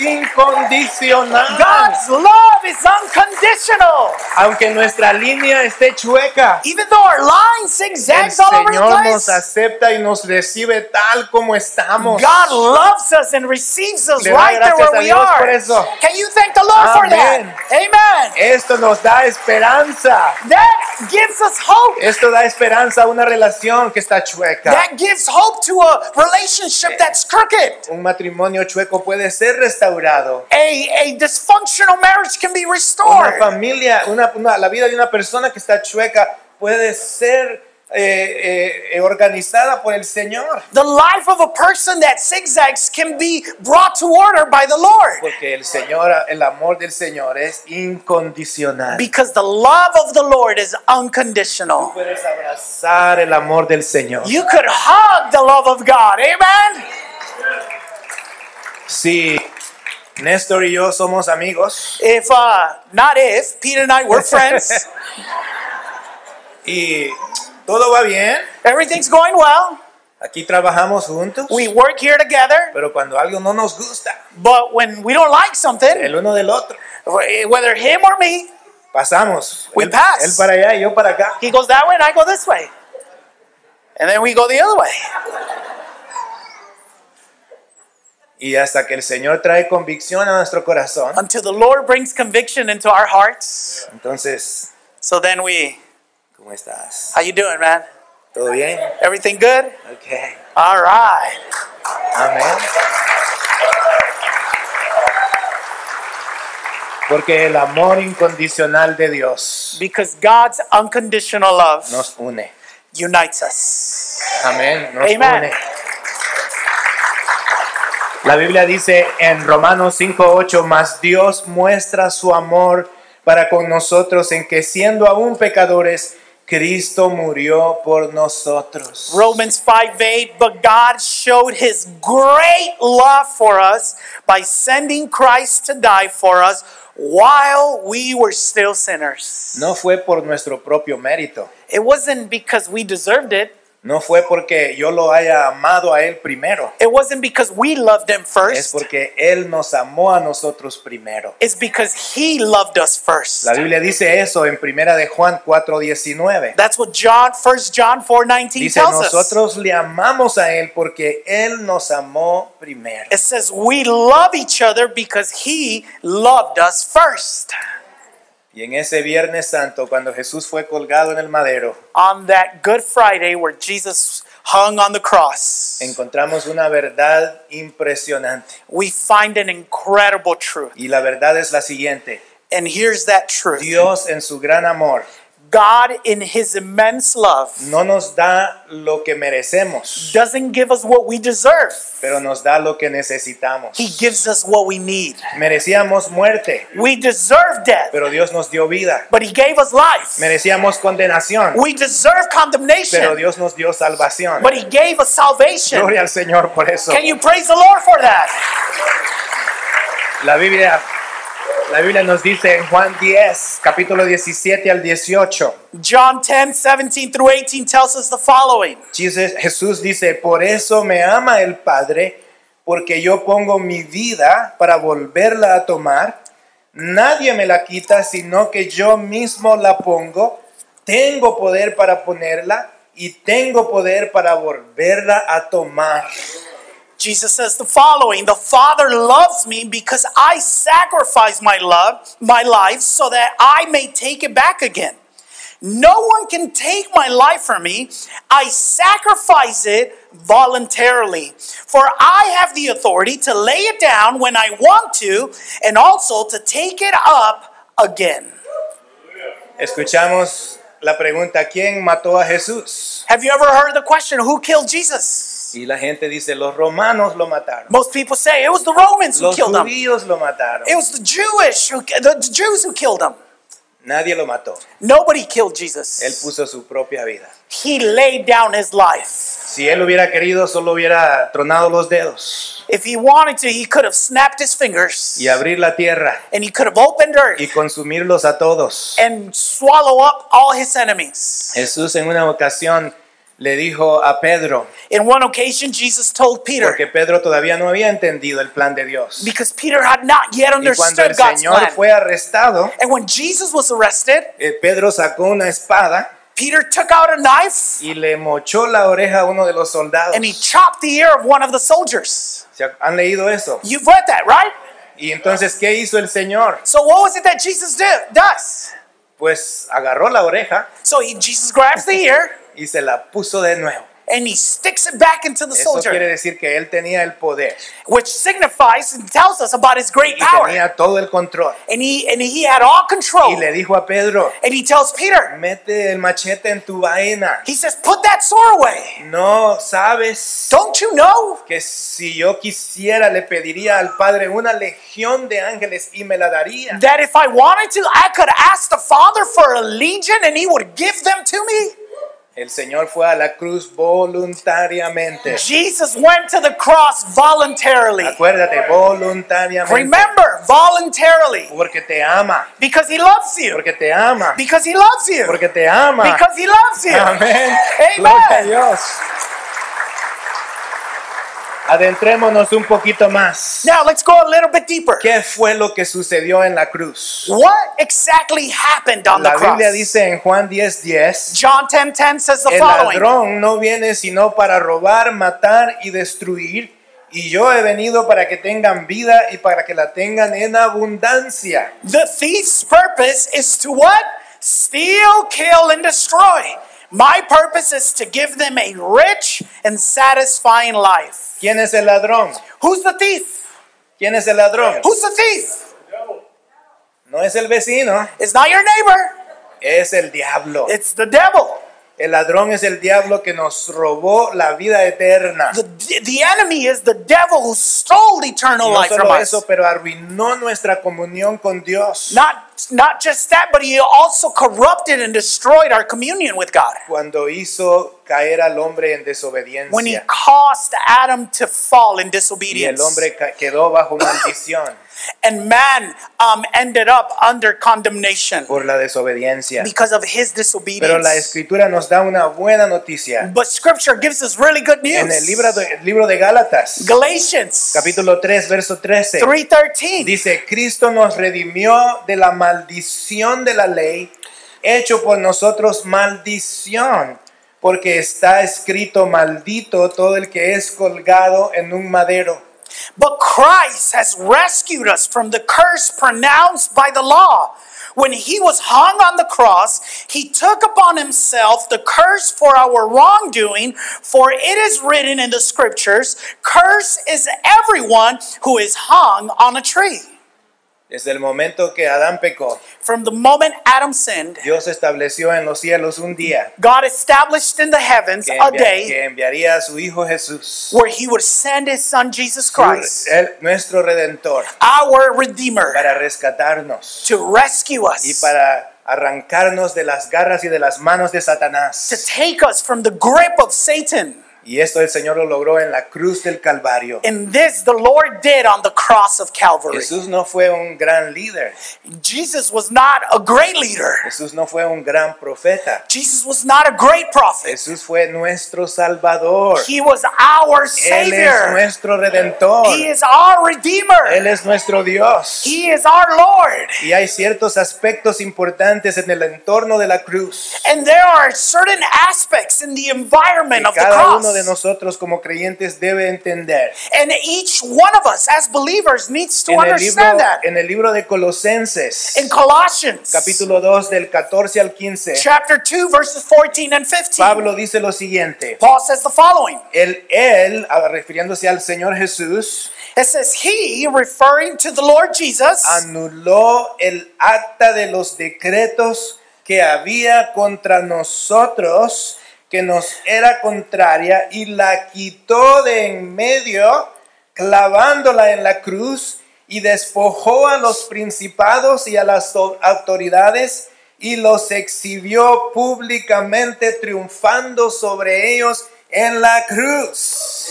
Speaker 2: incondicional.
Speaker 1: God's love is unconditional.
Speaker 2: Aunque nuestra línea esté chueca,
Speaker 1: Even though our line
Speaker 2: el
Speaker 1: zigzags all over the
Speaker 2: Señor nos
Speaker 1: place,
Speaker 2: acepta y nos recibe tal como estamos.
Speaker 1: God loves us and receives us
Speaker 2: Le da
Speaker 1: right there
Speaker 2: gracias
Speaker 1: where
Speaker 2: a
Speaker 1: we
Speaker 2: Dios
Speaker 1: are.
Speaker 2: por eso.
Speaker 1: Can you thank the Lord for that? Amen.
Speaker 2: Esto nos da esperanza.
Speaker 1: That gives us hope.
Speaker 2: Esto da esperanza a una relación que está chueca.
Speaker 1: That gives hope to a relationship that's crooked.
Speaker 2: Un matrimonio chueco matrimonio puede ser restaurado.
Speaker 1: A, a dysfunctional marriage can be
Speaker 2: Una
Speaker 1: restored.
Speaker 2: familia, una- una- la vida de una persona que está chueca puede ser eh, eh, organizada por el Señor.
Speaker 1: The life of a person that zigzags can be brought to order by the Lord.
Speaker 2: Porque el Señor, el amor del Señor es incondicional.
Speaker 1: Because the love of the Lord is unconditional.
Speaker 2: Puedes abrazar el amor del Señor.
Speaker 1: You could hug the love of God. Amen.
Speaker 2: Si Néstor y yo somos amigos
Speaker 1: If uh not if, Peter and I were friends.
Speaker 2: y todo va bien,
Speaker 1: Everything's going well.
Speaker 2: aquí trabajamos juntos,
Speaker 1: We work here together,
Speaker 2: pero cuando algo no nos gusta,
Speaker 1: but when we don't like something,
Speaker 2: el uno del otro,
Speaker 1: whether him or me,
Speaker 2: pasamos.
Speaker 1: We
Speaker 2: él,
Speaker 1: pass.
Speaker 2: él para allá y yo para acá.
Speaker 1: he goes that way and I go this way. And then we go the other way.
Speaker 2: Y hasta que el Señor trae convicción a nuestro corazón,
Speaker 1: Until the Lord brings conviction into our hearts.
Speaker 2: entonces,
Speaker 1: So then we
Speaker 2: ¿cómo estás?
Speaker 1: how you doing, man?
Speaker 2: ¿Todo bien?
Speaker 1: Everything good?
Speaker 2: Ok.
Speaker 1: All right.
Speaker 2: Amén. Porque el amor incondicional de Dios
Speaker 1: Because God's unconditional love
Speaker 2: nos une.
Speaker 1: unites us.
Speaker 2: Amén. Nos
Speaker 1: Amen.
Speaker 2: une. La Biblia dice en Romanos 5:8, mas Dios muestra su amor para con nosotros en que siendo aún pecadores, Cristo murió por nosotros.
Speaker 1: Romans 5 8, but God showed his great love for us by sending Christ to die for us while we were still sinners.
Speaker 2: No fue por nuestro propio mérito,
Speaker 1: It wasn't because we deserved it,
Speaker 2: no fue porque yo lo haya amado a Él primero.
Speaker 1: it wasn't because we loved him
Speaker 2: es
Speaker 1: first,
Speaker 2: porque Él nos amó a nosotros primero.
Speaker 1: it's because he loved us first.
Speaker 2: La Biblia dice eso en Primera de Juan 4:19.
Speaker 1: That's what John, 1 John 4 19
Speaker 2: Dice,
Speaker 1: tells us.
Speaker 2: nosotros le amamos a Él porque Él nos amó primero.
Speaker 1: It says we love each other because he loved us first.
Speaker 2: Y en ese Viernes Santo, cuando Jesús fue colgado en el madero,
Speaker 1: On that Good Friday where Jesus hung on the cross,
Speaker 2: encontramos una verdad impresionante.
Speaker 1: we find an incredible truth.
Speaker 2: Y la verdad es la siguiente.
Speaker 1: And here's that truth
Speaker 2: Dios en su gran amor
Speaker 1: God, in his immense love,
Speaker 2: no nos da lo que merecemos,
Speaker 1: doesn't give us what we deserve,
Speaker 2: pero nos da lo que necesitamos.
Speaker 1: he gives us what we need.
Speaker 2: Merecíamos muerte,
Speaker 1: We deserve death,
Speaker 2: pero Dios nos dio vida.
Speaker 1: but he gave us life.
Speaker 2: Merecíamos condenación,
Speaker 1: We deserve
Speaker 2: pero
Speaker 1: condemnation,
Speaker 2: Dios nos dio salvación.
Speaker 1: but he gave us salvation.
Speaker 2: Gloria al Señor por eso.
Speaker 1: Can you praise the Lord for that?
Speaker 2: La Biblia, la Biblia nos dice en Juan 10, capítulo 17 al 18,
Speaker 1: John 10 17 through 18 tells us the following.
Speaker 2: Jesus- Jesús dice, por eso me ama el Padre, porque yo pongo mi vida para volverla a tomar. Nadie me la quita, sino que yo mismo la pongo. Tengo poder para ponerla y tengo poder para volverla a tomar.
Speaker 1: Jesus says the following The Father loves me because I sacrifice my love, my life, so that I may take it back again. No one can take my life from me. I sacrifice it voluntarily. For I have the authority to lay it down when I want to and also to take it up again.
Speaker 2: Escuchamos la pregunta, ¿quién mató a Jesús?
Speaker 1: Have you ever heard the question, Who killed Jesus?
Speaker 2: Y la gente dice, los romanos lo mataron.
Speaker 1: Most people say it was the Romans who
Speaker 2: Los
Speaker 1: killed him.
Speaker 2: judíos lo mataron.
Speaker 1: It was the Jewish who, the Jews who killed him.
Speaker 2: Nadie lo mató.
Speaker 1: Nobody killed
Speaker 2: Él
Speaker 1: Jesus.
Speaker 2: puso su propia vida.
Speaker 1: He laid down his life.
Speaker 2: Si él hubiera querido, solo hubiera tronado los dedos
Speaker 1: If he wanted to, he could have snapped his fingers
Speaker 2: y abrir la tierra
Speaker 1: and he could have opened earth
Speaker 2: y consumirlos a todos.
Speaker 1: and swallow up all his enemies.
Speaker 2: Jesús en una ocasión le dijo a Pedro,
Speaker 1: In one occasion, Jesus told
Speaker 2: porque
Speaker 1: Peter,
Speaker 2: Pedro todavía no había entendido el plan de Dios.
Speaker 1: because Peter had not yet
Speaker 2: Y cuando
Speaker 1: understood
Speaker 2: el
Speaker 1: God's
Speaker 2: Señor
Speaker 1: plan.
Speaker 2: fue arrestado,
Speaker 1: And when Jesus was arrested,
Speaker 2: eh, Pedro sacó una espada
Speaker 1: Peter took out a knife
Speaker 2: y le mochó la oreja a uno de los soldados.
Speaker 1: and he chopped the ear of one of the soldiers.
Speaker 2: ¿Se ¿Han leído eso?
Speaker 1: You've read that, right?
Speaker 2: Y entonces, ¿qué hizo el Señor?
Speaker 1: So, what was it that Jesus did, does?
Speaker 2: Pues agarró la oreja
Speaker 1: So, he, Jesus grabs the ear
Speaker 2: y se la puso de nuevo.
Speaker 1: and he sticks it back into the
Speaker 2: Eso quiere
Speaker 1: soldier,
Speaker 2: decir que él tenía el poder
Speaker 1: which signifies and tells us about his great
Speaker 2: y
Speaker 1: power. Oh.
Speaker 2: tenía todo el control.
Speaker 1: And he and he had all
Speaker 2: Y
Speaker 1: control.
Speaker 2: le dijo a Pedro,
Speaker 1: And he tells Peter,
Speaker 2: mete el machete en tu vaina.
Speaker 1: he says, "Put that sword away.
Speaker 2: No sabes
Speaker 1: Don't you know
Speaker 2: que si yo quisiera le pediría al Padre una legión de ángeles y me la daría.
Speaker 1: that if I wanted to, I could ask the Father for a legion, and He would give them to me?"
Speaker 2: El Señor fue a la cruz voluntariamente.
Speaker 1: Jesus went to the cross voluntarily.
Speaker 2: Acuérdate, voluntariamente.
Speaker 1: Remember, voluntarily.
Speaker 2: Porque te ama,
Speaker 1: Because he loves you.
Speaker 2: porque te ama,
Speaker 1: Because he loves you.
Speaker 2: porque te ama.
Speaker 1: Because he loves you.
Speaker 2: Amén. Gloria a
Speaker 1: Amen.
Speaker 2: Dios. Adentrémonos un poquito más.
Speaker 1: Now let's go a little bit deeper.
Speaker 2: ¿Qué fue lo que sucedió en la cruz?
Speaker 1: What exactly happened on the
Speaker 2: La Biblia
Speaker 1: cross?
Speaker 2: dice en Juan 10:10, 10,
Speaker 1: John 10:10 says the
Speaker 2: el
Speaker 1: following.
Speaker 2: ladrón no viene sino para robar, matar y destruir, y yo he venido para que tengan vida y para que la tengan en abundancia.
Speaker 1: The thief's purpose is to what? Steal, kill, and destroy. My purpose is to give them a rich and satisfying life.
Speaker 2: ¿Quién es el ladrón?
Speaker 1: Who's the thief?
Speaker 2: ¿Quién es el ladrón?
Speaker 1: Who's the thief?
Speaker 2: No es el vecino,
Speaker 1: It's not your neighbor,
Speaker 2: es el diablo.
Speaker 1: it's the devil.
Speaker 2: El ladrón es el diablo que nos robó la vida eterna.
Speaker 1: The, the enemy is the devil who stole eternal
Speaker 2: No
Speaker 1: life from
Speaker 2: solo
Speaker 1: us.
Speaker 2: eso, pero arruinó nuestra comunión con Dios.
Speaker 1: Not, not just that, but he also corrupted and destroyed our communion with God.
Speaker 2: Cuando hizo caer al hombre en desobediencia.
Speaker 1: When he caused Adam to fall
Speaker 2: Y
Speaker 1: in
Speaker 2: el
Speaker 1: disobedience,
Speaker 2: hombre ca- quedó bajo maldición
Speaker 1: and man um, ended up under condemnation
Speaker 2: por la desobediencia.
Speaker 1: because of his
Speaker 2: Pero la
Speaker 1: disobedience.
Speaker 2: escritura nos da una buena noticia.
Speaker 1: But Scripture gives us really good
Speaker 2: En el
Speaker 1: news.
Speaker 2: libro de, el libro de Gálatas,
Speaker 1: Galatians
Speaker 2: capítulo 3, verso 13,
Speaker 1: 3:13.
Speaker 2: dice, Cristo nos redimió de la maldición de la ley, hecho por nosotros maldición, porque está escrito maldito todo el que es colgado en un madero.
Speaker 1: But Christ has rescued us from the curse pronounced by the law. When he was hung on the cross, he took upon himself the curse for our wrongdoing, for it is written in the scriptures, curse is everyone who is hung on a tree.
Speaker 2: Desde el momento que Adán pecó,
Speaker 1: From the moment Adam sinned,
Speaker 2: Dios estableció en los cielos un día
Speaker 1: God established in the heavens
Speaker 2: que,
Speaker 1: a
Speaker 2: envia-
Speaker 1: day
Speaker 2: que enviaría a su Hijo Jesús,
Speaker 1: where he would send his son Jesus Christ,
Speaker 2: el- nuestro Redentor,
Speaker 1: our Redeemer,
Speaker 2: para rescatarnos.
Speaker 1: to rescue
Speaker 2: y
Speaker 1: us.
Speaker 2: para arrancarnos de las garras y de las manos de
Speaker 1: to
Speaker 2: Satanás.
Speaker 1: take us from the grip of Satan.
Speaker 2: Y esto el Señor lo logró en la cruz del Calvario.
Speaker 1: And this the Lord did on the cross of Calvary.
Speaker 2: Jesús no fue un gran líder,
Speaker 1: Jesus was not a great leader.
Speaker 2: Jesús no fue un gran profeta,
Speaker 1: Jesus was not a great prophet.
Speaker 2: Jesús fue nuestro Salvador.
Speaker 1: He was our
Speaker 2: Él es
Speaker 1: Savior.
Speaker 2: nuestro Redentor,
Speaker 1: He is our Redeemer.
Speaker 2: Él es nuestro Dios.
Speaker 1: He is our Lord.
Speaker 2: Y hay ciertos aspectos importantes en el entorno de la cruz.
Speaker 1: And there are certain aspects in the
Speaker 2: Que
Speaker 1: environment of the
Speaker 2: cada uno de
Speaker 1: cross.
Speaker 2: nosotros como creyentes debe entender.
Speaker 1: And each one of us as believers needs to
Speaker 2: En el libro,
Speaker 1: understand that.
Speaker 2: en el libro de Colosenses,
Speaker 1: In Colossians
Speaker 2: capítulo 2 del 14 al 15,
Speaker 1: chapter 2 verses 14 and 15,
Speaker 2: Pablo dice lo siguiente.
Speaker 1: Paul says the following.
Speaker 2: El él, ah, refiriéndose al Señor Jesús,
Speaker 1: It says, He, referring to the Lord Jesus,
Speaker 2: anuló el acta de los decretos que había contra nosotros, que nos era contraria, y la quitó de en medio, clavándola en la cruz, y despojó a los principados y a las au- autoridades, y los exhibió públicamente, triunfando sobre ellos en la cruz.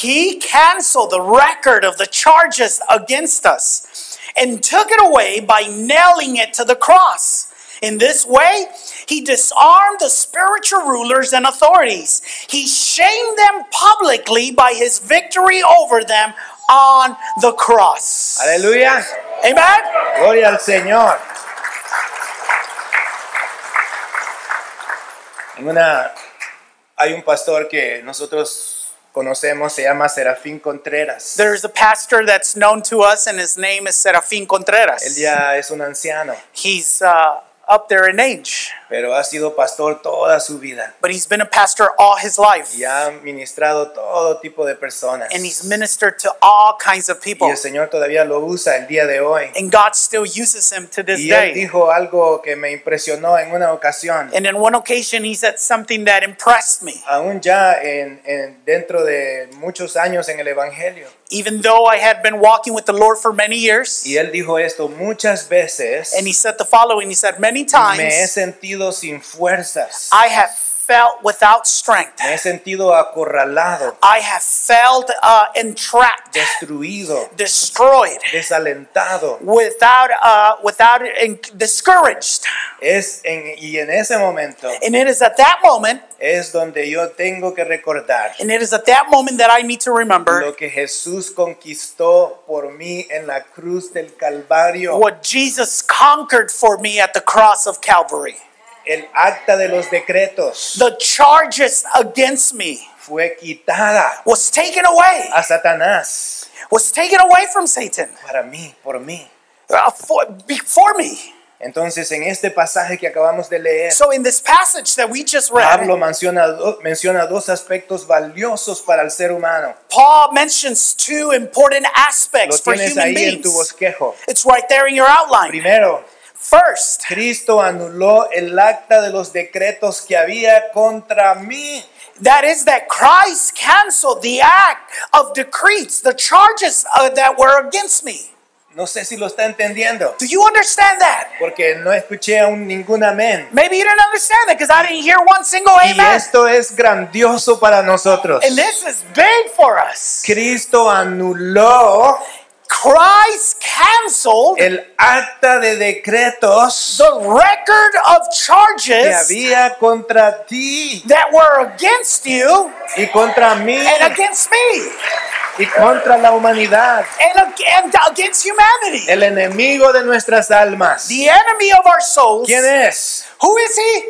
Speaker 1: He canceled the record of the charges against us and took it away by nailing it to the cross. In this way, he disarmed the spiritual rulers and authorities. He shamed them publicly by his victory over them on the cross.
Speaker 2: Aleluya.
Speaker 1: Amen.
Speaker 2: Gloria al Señor. En una- hay un pastor que nosotros conocemos, se llama Serafín Contreras.
Speaker 1: There's a pastor that's known to us, and his name is Serafín Contreras.
Speaker 2: Él ya es un anciano,
Speaker 1: He's uh, up there in age.
Speaker 2: pero ha sido pastor toda su vida
Speaker 1: but he's been a pastor all his life.
Speaker 2: y ha ministrado todo tipo de personas.
Speaker 1: And he's ministered to all kinds of
Speaker 2: Y
Speaker 1: people.
Speaker 2: el Señor todavía lo usa el día de hoy.
Speaker 1: And God still uses him to this
Speaker 2: Y él
Speaker 1: day.
Speaker 2: dijo algo que me impresionó en una ocasión.
Speaker 1: And in one occasion, he said something that impressed me.
Speaker 2: aún ya en, en- dentro de muchos años en el Evangelio.
Speaker 1: Even though I had been walking with the Lord for many years,
Speaker 2: Y él dijo esto muchas veces.
Speaker 1: and he said the following He said, Many
Speaker 2: me he
Speaker 1: times Ah.
Speaker 2: sentido sin fuerzas.
Speaker 1: I have felt without strength,
Speaker 2: me he sentido acorralado,
Speaker 1: I have felt uh, entrapped,
Speaker 2: destruido,
Speaker 1: destroyed.
Speaker 2: desalentado.
Speaker 1: Without, uh, without, and discouraged,
Speaker 2: Es en, y en ese momento
Speaker 1: and it is at that moment,
Speaker 2: es donde yo tengo que recordar
Speaker 1: and it is at that moment that I need to remember
Speaker 2: lo que Jesús conquistó por mí en la cruz del Calvario.
Speaker 1: what Jesus conquered for me at the cross of Calvary.
Speaker 2: El acta de los decretos
Speaker 1: The charges against me
Speaker 2: fue quitada
Speaker 1: was taken away,
Speaker 2: a Satanás
Speaker 1: was taken away from Satan
Speaker 2: para mí, por mí.
Speaker 1: uh, for, before me.
Speaker 2: Entonces, en este pasaje que acabamos de leer,
Speaker 1: So in this passage that we just read,
Speaker 2: Pablo menciona, do- menciona dos aspectos valiosos para el ser humano.
Speaker 1: Paul mentions two important aspects
Speaker 2: Lo
Speaker 1: for
Speaker 2: tienes
Speaker 1: human
Speaker 2: ahí en tu
Speaker 1: beings.
Speaker 2: bosquejo.
Speaker 1: It's right there in your outline.
Speaker 2: Primero,
Speaker 1: First,
Speaker 2: Cristo anuló el acta de los decretos que había contra mí.
Speaker 1: that is that Christ canceled the act of decrees, the charges uh, that were against me.
Speaker 2: No sé si lo está entendiendo,
Speaker 1: Do you understand that?
Speaker 2: porque no escuché aún ningún amén.
Speaker 1: Maybe you didn't understand that because I didn't hear one single
Speaker 2: Y
Speaker 1: amen.
Speaker 2: esto es grandioso para nosotros.
Speaker 1: And this is big for us.
Speaker 2: Cristo anuló
Speaker 1: Christ canceled
Speaker 2: el acta de decretos
Speaker 1: the record of
Speaker 2: que
Speaker 1: charges
Speaker 2: había contra ti
Speaker 1: that were against you
Speaker 2: y contra mí
Speaker 1: and against me
Speaker 2: y contra la humanidad,
Speaker 1: and, ag- and against humanity.
Speaker 2: el enemigo de nuestras almas.
Speaker 1: The enemy of our souls.
Speaker 2: ¿Quién es?
Speaker 1: Who is he?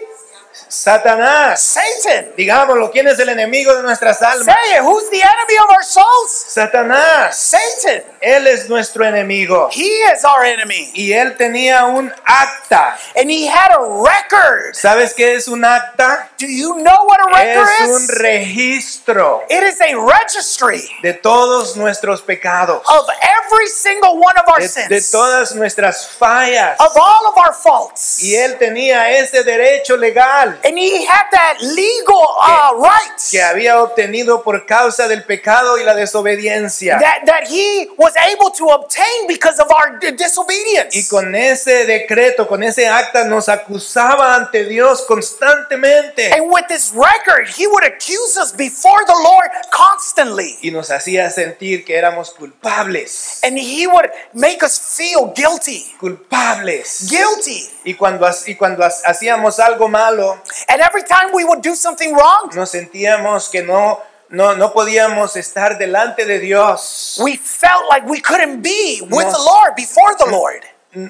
Speaker 2: Satanás.
Speaker 1: Satan.
Speaker 2: Digámoslo, ¿quién es el enemigo de nuestras
Speaker 1: Say
Speaker 2: almas?
Speaker 1: it. Who's the enemy of our souls?
Speaker 2: Satanás.
Speaker 1: Satan.
Speaker 2: Él es nuestro enemigo.
Speaker 1: He is our enemy.
Speaker 2: Y él tenía un acta.
Speaker 1: And he had a record.
Speaker 2: ¿Sabes qué es un acta?
Speaker 1: Do you know what a record
Speaker 2: Es un
Speaker 1: is?
Speaker 2: registro
Speaker 1: It is a registry
Speaker 2: de todos nuestros pecados,
Speaker 1: of every single one of our
Speaker 2: de,
Speaker 1: sins,
Speaker 2: de todas nuestras fallas.
Speaker 1: of all of our faults.
Speaker 2: Y él tenía ese derecho legal
Speaker 1: And he had that legal uh, rights
Speaker 2: que había obtenido por causa del pecado y la desobediencia.
Speaker 1: that, that he was able to obtain because of our d- disobedience.
Speaker 2: Y con ese decreto, con ese acta, nos acusaba ante Dios constantemente.
Speaker 1: and with this record, he would accuse us before the Lord constantly.
Speaker 2: Y nos hacía sentir que éramos culpables.
Speaker 1: And he would make us feel guilty.
Speaker 2: Culpables.
Speaker 1: Guilty.
Speaker 2: Y cuando, ha- y cuando ha- hacíamos algo malo,
Speaker 1: And every time we would do something wrong,
Speaker 2: nos sentíamos que no, no, no podíamos estar delante de Dios.
Speaker 1: we felt like we couldn't be with
Speaker 2: Nos-
Speaker 1: the Lord, before the Lord.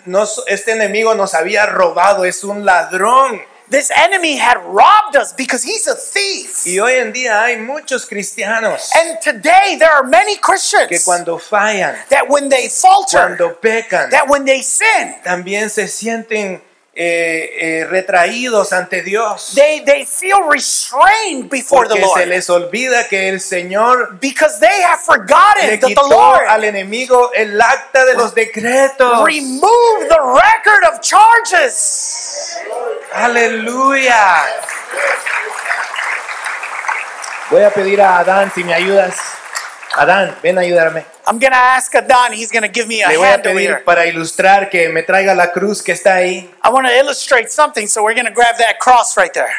Speaker 2: Nos- este enemigo nos había robado, es un ladrón.
Speaker 1: This enemy had robbed us because he's a thief.
Speaker 2: Y hoy en día hay muchos cristianos
Speaker 1: And today there are many
Speaker 2: que
Speaker 1: Christians
Speaker 2: cuando fallan,
Speaker 1: that when they falter,
Speaker 2: cuando pecan,
Speaker 1: that when they sin,
Speaker 2: también se sienten eh, eh, retraídos ante Dios.
Speaker 1: they, they feel restrained before the
Speaker 2: Porque se
Speaker 1: Lord
Speaker 2: les olvida que el Señor
Speaker 1: because they have forgotten
Speaker 2: le
Speaker 1: that the
Speaker 2: quitó al
Speaker 1: Lord
Speaker 2: enemigo el acta de los decretos.
Speaker 1: removed the record of charges.
Speaker 2: Aleluya. Voy a pedir a Adán si me ayudas. Adán, ven a ayudarme.
Speaker 1: I'm going to ask Adon, he's going to give me a
Speaker 2: Le voy a
Speaker 1: hand over
Speaker 2: pedir
Speaker 1: here.
Speaker 2: para ilustrar que me traiga la cruz que está ahí.
Speaker 1: I want to illustrate something, so we're going to grab that cross right there.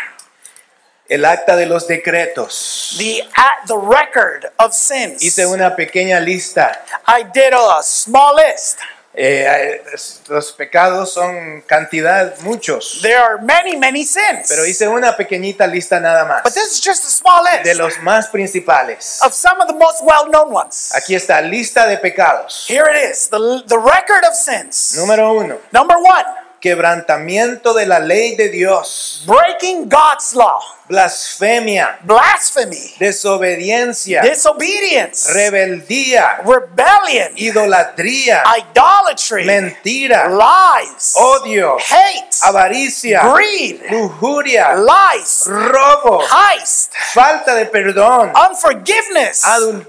Speaker 2: El acta de los decretos.
Speaker 1: The, at the record of sins.
Speaker 2: Hice una pequeña lista.
Speaker 1: I did a small list.
Speaker 2: Eh, los pecados son cantidad, muchos.
Speaker 1: There are many, many sins.
Speaker 2: Pero hice una pequeñita lista nada más.
Speaker 1: But this is just a small list
Speaker 2: De los más principales.
Speaker 1: of some of the most well-known ones.
Speaker 2: Aquí está, lista de pecados.
Speaker 1: Here it is, the, the record of sins.
Speaker 2: Número uno,
Speaker 1: Number one,
Speaker 2: quebrantamiento de la ley de Dios,
Speaker 1: breaking God's law,
Speaker 2: blasfemia,
Speaker 1: blasphemy,
Speaker 2: desobediencia,
Speaker 1: disobedience,
Speaker 2: rebeldía,
Speaker 1: rebellion,
Speaker 2: idolatría,
Speaker 1: idolatry,
Speaker 2: mentira,
Speaker 1: lies,
Speaker 2: odio,
Speaker 1: hate,
Speaker 2: avaricia,
Speaker 1: greed,
Speaker 2: lujuria,
Speaker 1: lies,
Speaker 2: robo,
Speaker 1: heist,
Speaker 2: falta de perdón,
Speaker 1: unforgiveness,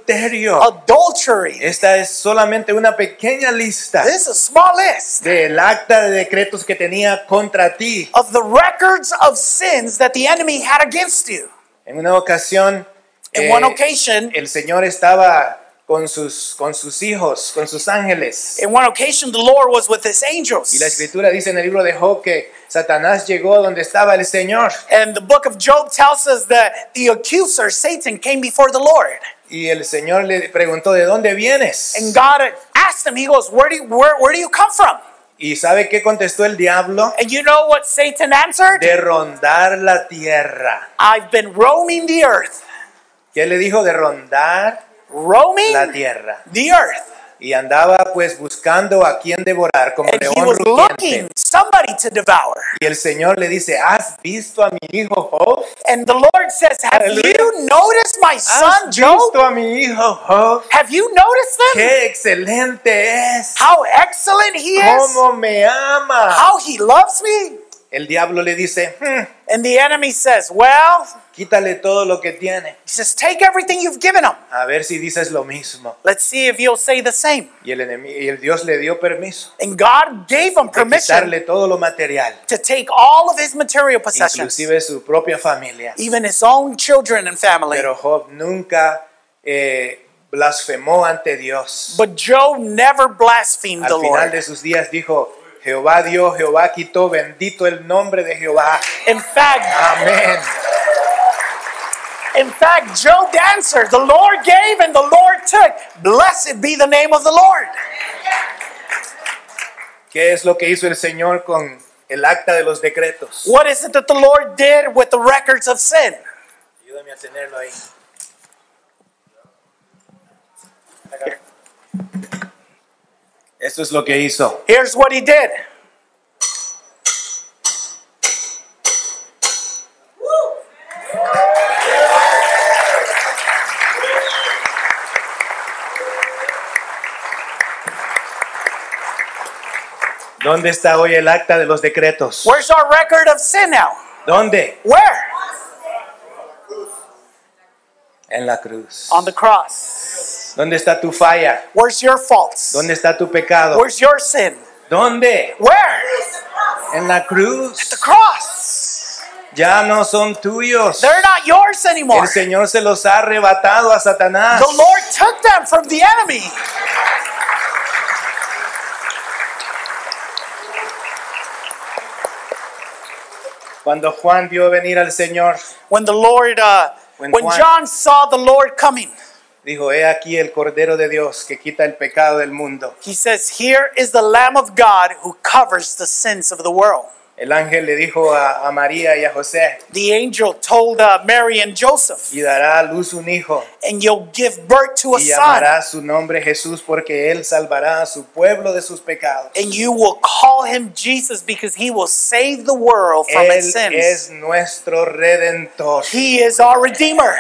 Speaker 2: adulterio.
Speaker 1: adultery.
Speaker 2: Esta es solamente una pequeña lista
Speaker 1: This is a small list
Speaker 2: del acta de decretos que tenía contra ti.
Speaker 1: of the records of sins that the enemy had against you.
Speaker 2: En una ocasión,
Speaker 1: In
Speaker 2: eh,
Speaker 1: one occasion,
Speaker 2: el Señor estaba con sus, con sus hijos, con sus ángeles.
Speaker 1: in one occasion, the Lord was with his angels.
Speaker 2: Y la escritura dice en el libro de Job que Satanás llegó donde estaba el Señor.
Speaker 1: And the book of Job tells us that the accuser, Satan, came before the Lord.
Speaker 2: Y el Señor le preguntó, ¿de dónde vienes?
Speaker 1: And God asked him, He goes, Where do you, where, where do you come from?
Speaker 2: Y ¿sabe qué contestó el diablo?
Speaker 1: And you know what Satan answered?
Speaker 2: De rondar la tierra.
Speaker 1: I've been roaming the earth.
Speaker 2: ¿Qué le dijo? De rondar
Speaker 1: Roaming
Speaker 2: la tierra.
Speaker 1: the earth.
Speaker 2: Y andaba pues buscando a quien devorar como
Speaker 1: And he
Speaker 2: león
Speaker 1: was looking
Speaker 2: rugiente.
Speaker 1: somebody to devour.
Speaker 2: Y el Señor le dice, ¿has visto a mi hijo Job?
Speaker 1: And the Lord says, Have
Speaker 2: Hallelujah.
Speaker 1: you noticed my son
Speaker 2: ¿Has
Speaker 1: Job?
Speaker 2: visto a mi hijo Job?
Speaker 1: Have you noticed them?
Speaker 2: ¡Qué excelente es!
Speaker 1: How excellent he is?
Speaker 2: ¡Cómo me ama!
Speaker 1: How he loves me?
Speaker 2: El diablo le dice, "Hmm,
Speaker 1: And the enemy says, Well,
Speaker 2: quítale todo lo que tiene.
Speaker 1: he says, Take everything you've given him.
Speaker 2: A ver si dices lo mismo.
Speaker 1: Let's see if you'll say the same.
Speaker 2: Y el, enemigo, y el Dios le dio permiso
Speaker 1: And God gave him
Speaker 2: de
Speaker 1: permission
Speaker 2: quitarle todo lo material,
Speaker 1: to take all of his material possessions,
Speaker 2: inclusive su propia familia.
Speaker 1: even his own children and family.
Speaker 2: Pero Job nunca eh, blasfemó ante Dios.
Speaker 1: But Job never blasphemed the
Speaker 2: Al final
Speaker 1: Lord.
Speaker 2: de sus días dijo, Jehová dio, Jehová quitó, bendito el nombre de Jehová.
Speaker 1: In fact,
Speaker 2: Amén.
Speaker 1: in fact, Job answered, "The Lord gave and the Lord took. Blessed be the name of the Lord."
Speaker 2: ¿Qué es lo que hizo el Señor con el acta de los decretos?
Speaker 1: What is it that the Lord did with the records of sin?
Speaker 2: Ayúdame a tenerlo ahí. Esto es lo que hizo.
Speaker 1: Here's what he did.
Speaker 2: ¿Dónde está hoy el acta de los decretos?
Speaker 1: Where's our record of sin now?
Speaker 2: ¿Dónde?
Speaker 1: Where?
Speaker 2: En la cruz.
Speaker 1: On the cross.
Speaker 2: ¿Dónde está tu falla?
Speaker 1: Where's your faults?
Speaker 2: ¿Dónde está tu pecado?
Speaker 1: Where's your sin?
Speaker 2: ¿Dónde?
Speaker 1: Where?
Speaker 2: En la cruz.
Speaker 1: The cross.
Speaker 2: Ya no son tuyos.
Speaker 1: They're not yours anymore.
Speaker 2: El Señor se los ha arrebatado a Satanás.
Speaker 1: The Lord took them from the enemy.
Speaker 2: Cuando Juan vio venir al Señor,
Speaker 1: When the Lord, uh,
Speaker 2: When
Speaker 1: when,
Speaker 2: Juan-
Speaker 1: John saw the Lord coming,
Speaker 2: dijo, he aquí el Cordero de Dios que quita el pecado del mundo.
Speaker 1: he says, Here is the Lamb of God who covers the sins of the world.
Speaker 2: El ángel le dijo a, a María y a José,
Speaker 1: The angel told uh, Mary and Joseph,
Speaker 2: y dará a luz un hijo
Speaker 1: and you'll give birth to a
Speaker 2: y
Speaker 1: son,
Speaker 2: llamará su nombre Jesús porque él salvará a su pueblo de sus pecados.
Speaker 1: and you will call him Jesus because he will save the world from
Speaker 2: Él
Speaker 1: its sins.
Speaker 2: es nuestro redentor.
Speaker 1: He is our Redeemer.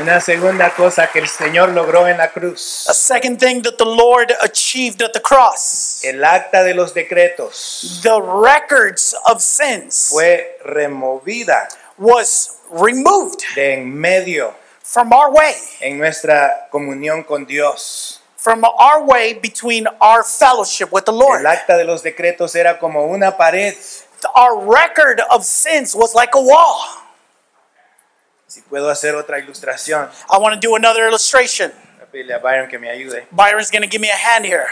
Speaker 2: Una segunda cosa que el Señor logró en la cruz,
Speaker 1: A second thing that the Lord achieved at the cross
Speaker 2: el acta de los decretos
Speaker 1: the records of sins
Speaker 2: fue removida
Speaker 1: was removed
Speaker 2: de en medio
Speaker 1: from our way.
Speaker 2: en nuestra comunión con Dios.
Speaker 1: from our way between our fellowship with the Lord.
Speaker 2: El acta de los decretos era como una pared.
Speaker 1: our record of sins was like a wall.
Speaker 2: Si puedo hacer otra ilustración,
Speaker 1: I want to do another illustration.
Speaker 2: voy a pedirle a Byron que me ayude.
Speaker 1: Byron's going to give me a hand here.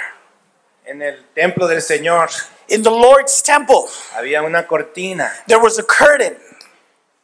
Speaker 2: En el templo del Señor
Speaker 1: In the Lord's temple,
Speaker 2: había una cortina
Speaker 1: there was a curtain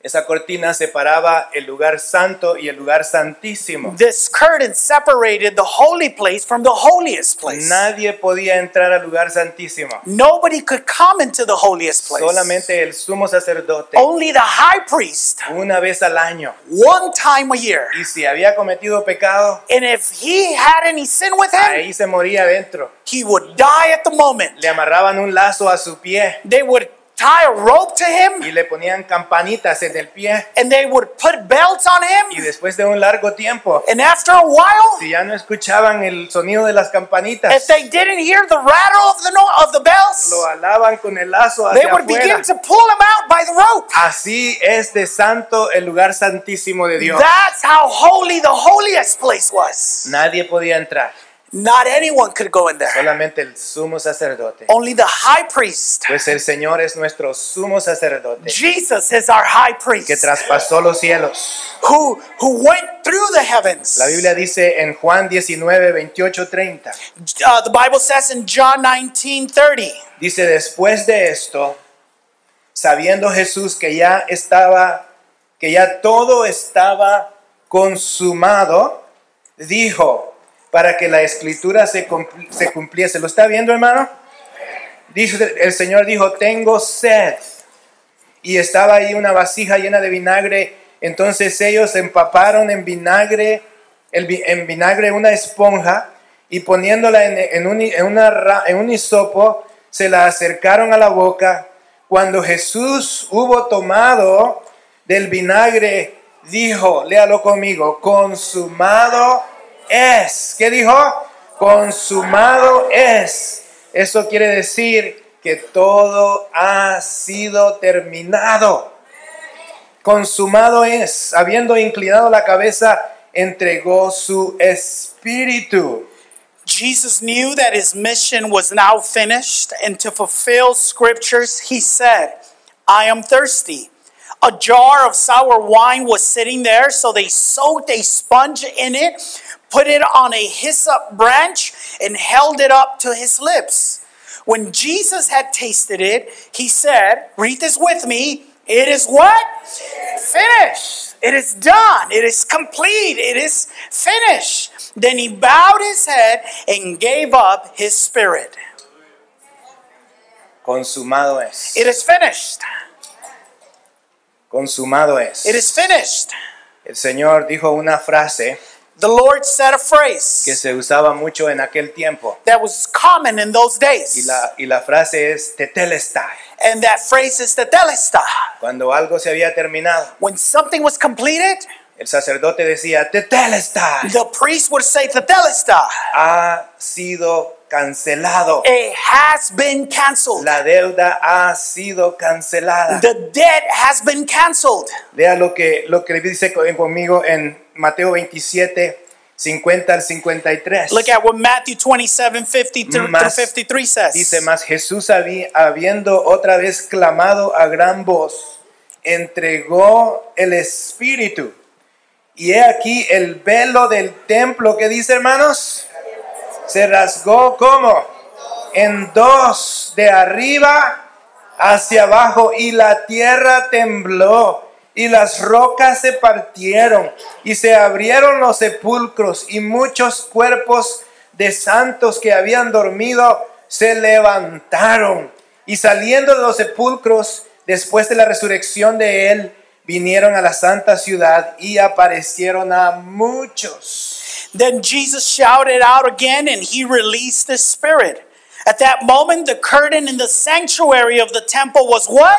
Speaker 2: Esa cortina separaba el lugar santo y el lugar santísimo.
Speaker 1: This curtain separated the holy place from the holiest place.
Speaker 2: Nadie podía entrar al lugar santísimo.
Speaker 1: Nobody could come into the holiest place.
Speaker 2: Solamente el sumo sacerdote,
Speaker 1: Only the high priest,
Speaker 2: una vez al año.
Speaker 1: one time a year.
Speaker 2: Y si había cometido pecado,
Speaker 1: And if he had any sin with him,
Speaker 2: ahí se moría adentro.
Speaker 1: he would die at the moment.
Speaker 2: Le amarraban un lazo a su pie
Speaker 1: They would tie a rope to him,
Speaker 2: y le ponían campanitas en el pie.
Speaker 1: and they would put belts on
Speaker 2: Y
Speaker 1: him.
Speaker 2: después de un largo tiempo,
Speaker 1: And after a while,
Speaker 2: si ya no escuchaban el sonido de las
Speaker 1: if
Speaker 2: campanitas,
Speaker 1: they didn't hear the rattle of the no- of the bells,
Speaker 2: lo alaban con el lazo
Speaker 1: they
Speaker 2: hacia
Speaker 1: would
Speaker 2: afuera.
Speaker 1: begin to pull him out by the rope.
Speaker 2: Así es de santo el lugar santísimo de Dios.
Speaker 1: That's how holy the holiest place was.
Speaker 2: Nadie podía entrar,
Speaker 1: Not anyone could go in there.
Speaker 2: solamente el sumo sacerdote.
Speaker 1: Only the high priest.
Speaker 2: Pues el Señor es nuestro sumo sacerdote
Speaker 1: Jesus is our high priest
Speaker 2: que traspasó los cielos.
Speaker 1: who who went through the heavens.
Speaker 2: La Biblia dice en Juan 19, 28, 30.
Speaker 1: Uh, the Bible says in John 19:30.
Speaker 2: Dice, después de esto, sabiendo Jesús que ya estaba, que ya todo estaba consumado, dijo, para que la escritura se, cumpl- se cumpliese. ¿Lo está viendo, hermano? Dice, el Señor dijo, tengo sed. Y estaba ahí una vasija llena de vinagre. Entonces ellos empaparon en vinagre, el vi- en vinagre una esponja y poniéndola en, en un, hi- en una ra- en un hisopo, se la acercaron a la boca. Cuando Jesús hubo tomado del vinagre, dijo, léalo conmigo, consumado es. ¿Qué dijo? Consumado es. Eso quiere decir que todo ha sido terminado. Consumado es. Habiendo inclinado la cabeza, entregó su espíritu.
Speaker 1: Jesus knew that his mission was now finished, and to fulfill scriptures, he said, I am thirsty. A jar of sour wine was sitting there, so they soaked a sponge in it, put it on a hyssop branch, and held it up to his lips. When Jesus had tasted it, he said, Read this with me. It is what? Finished. It is done. It is complete. It is finished. Then he bowed his head and gave up his spirit.
Speaker 2: Consumado es.
Speaker 1: It is finished.
Speaker 2: Consumado es.
Speaker 1: It is finished.
Speaker 2: El Señor dijo una frase
Speaker 1: The Lord said a
Speaker 2: que
Speaker 1: phrase
Speaker 2: se usaba mucho en aquel tiempo.
Speaker 1: that was common in those
Speaker 2: Y
Speaker 1: days.
Speaker 2: la, y la frase es tetelestai.
Speaker 1: And that phrase is the telesta.
Speaker 2: Cuando algo se había terminado,
Speaker 1: When something was completed,
Speaker 2: el sacerdote decía tetelestai.
Speaker 1: the priest would say the telesta.
Speaker 2: Ha sido cancelado.
Speaker 1: It has been canceled.
Speaker 2: La deuda ha sido cancelada.
Speaker 1: The debt has been canceled.
Speaker 2: Lea lo que, lo que dice con- conmigo en Mateo 27, 50 al 53.
Speaker 1: Look at what Matthew 27, 50 through, through
Speaker 2: Mas-
Speaker 1: 53 says.
Speaker 2: Dice más, Jesús habi- habiendo otra vez clamado a gran voz, entregó el Espíritu. Y he aquí el velo del templo, que dice hermanos? Se rasgó como en dos, de arriba hacia abajo, y la tierra tembló, y las rocas se partieron, y se abrieron los sepulcros, y muchos cuerpos de santos que habían dormido se levantaron, y saliendo de los sepulcros, después de la resurrección de él, vinieron a la santa ciudad y aparecieron a muchos.
Speaker 1: Then Jesus shouted out again and he released the spirit. At that moment, the curtain in the sanctuary of the temple was what?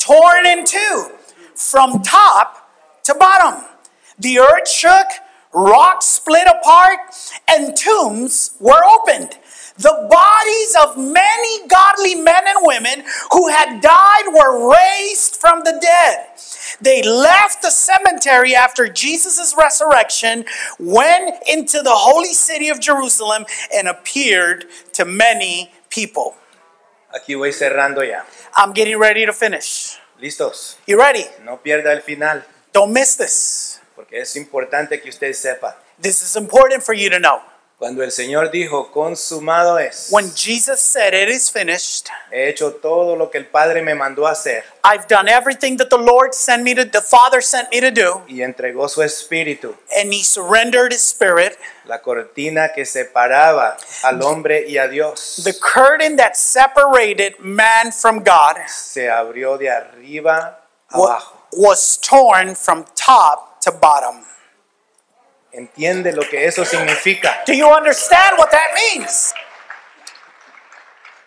Speaker 1: Torn in two from top to bottom. The earth shook, rocks split apart, and tombs were opened. The bodies of many godly men and women who had died were raised from the dead. They left the cemetery after Jesus' resurrection, went into the holy city of Jerusalem, and appeared to many people.
Speaker 2: Aquí voy cerrando ya.
Speaker 1: I'm getting ready to finish.
Speaker 2: ¿Listos?
Speaker 1: You ready?
Speaker 2: No pierda el final,
Speaker 1: Don't miss this.
Speaker 2: porque es importante que usted sepa.
Speaker 1: This is important for you to know.
Speaker 2: Cuando el Señor dijo, consumado es,
Speaker 1: When Jesus said, It is finished,
Speaker 2: he hecho todo lo que el Padre me mandó a hacer
Speaker 1: I've done everything that the Lord sent me to, the Father sent me to do,
Speaker 2: y entregó su espíritu,
Speaker 1: and He surrendered His Spirit,
Speaker 2: la cortina que separaba al hombre y a Dios,
Speaker 1: the curtain that separated man from God
Speaker 2: se abrió de arriba a
Speaker 1: wa-
Speaker 2: abajo.
Speaker 1: was torn from top to bottom.
Speaker 2: Entiende lo que eso significa.
Speaker 1: Do you understand what that means?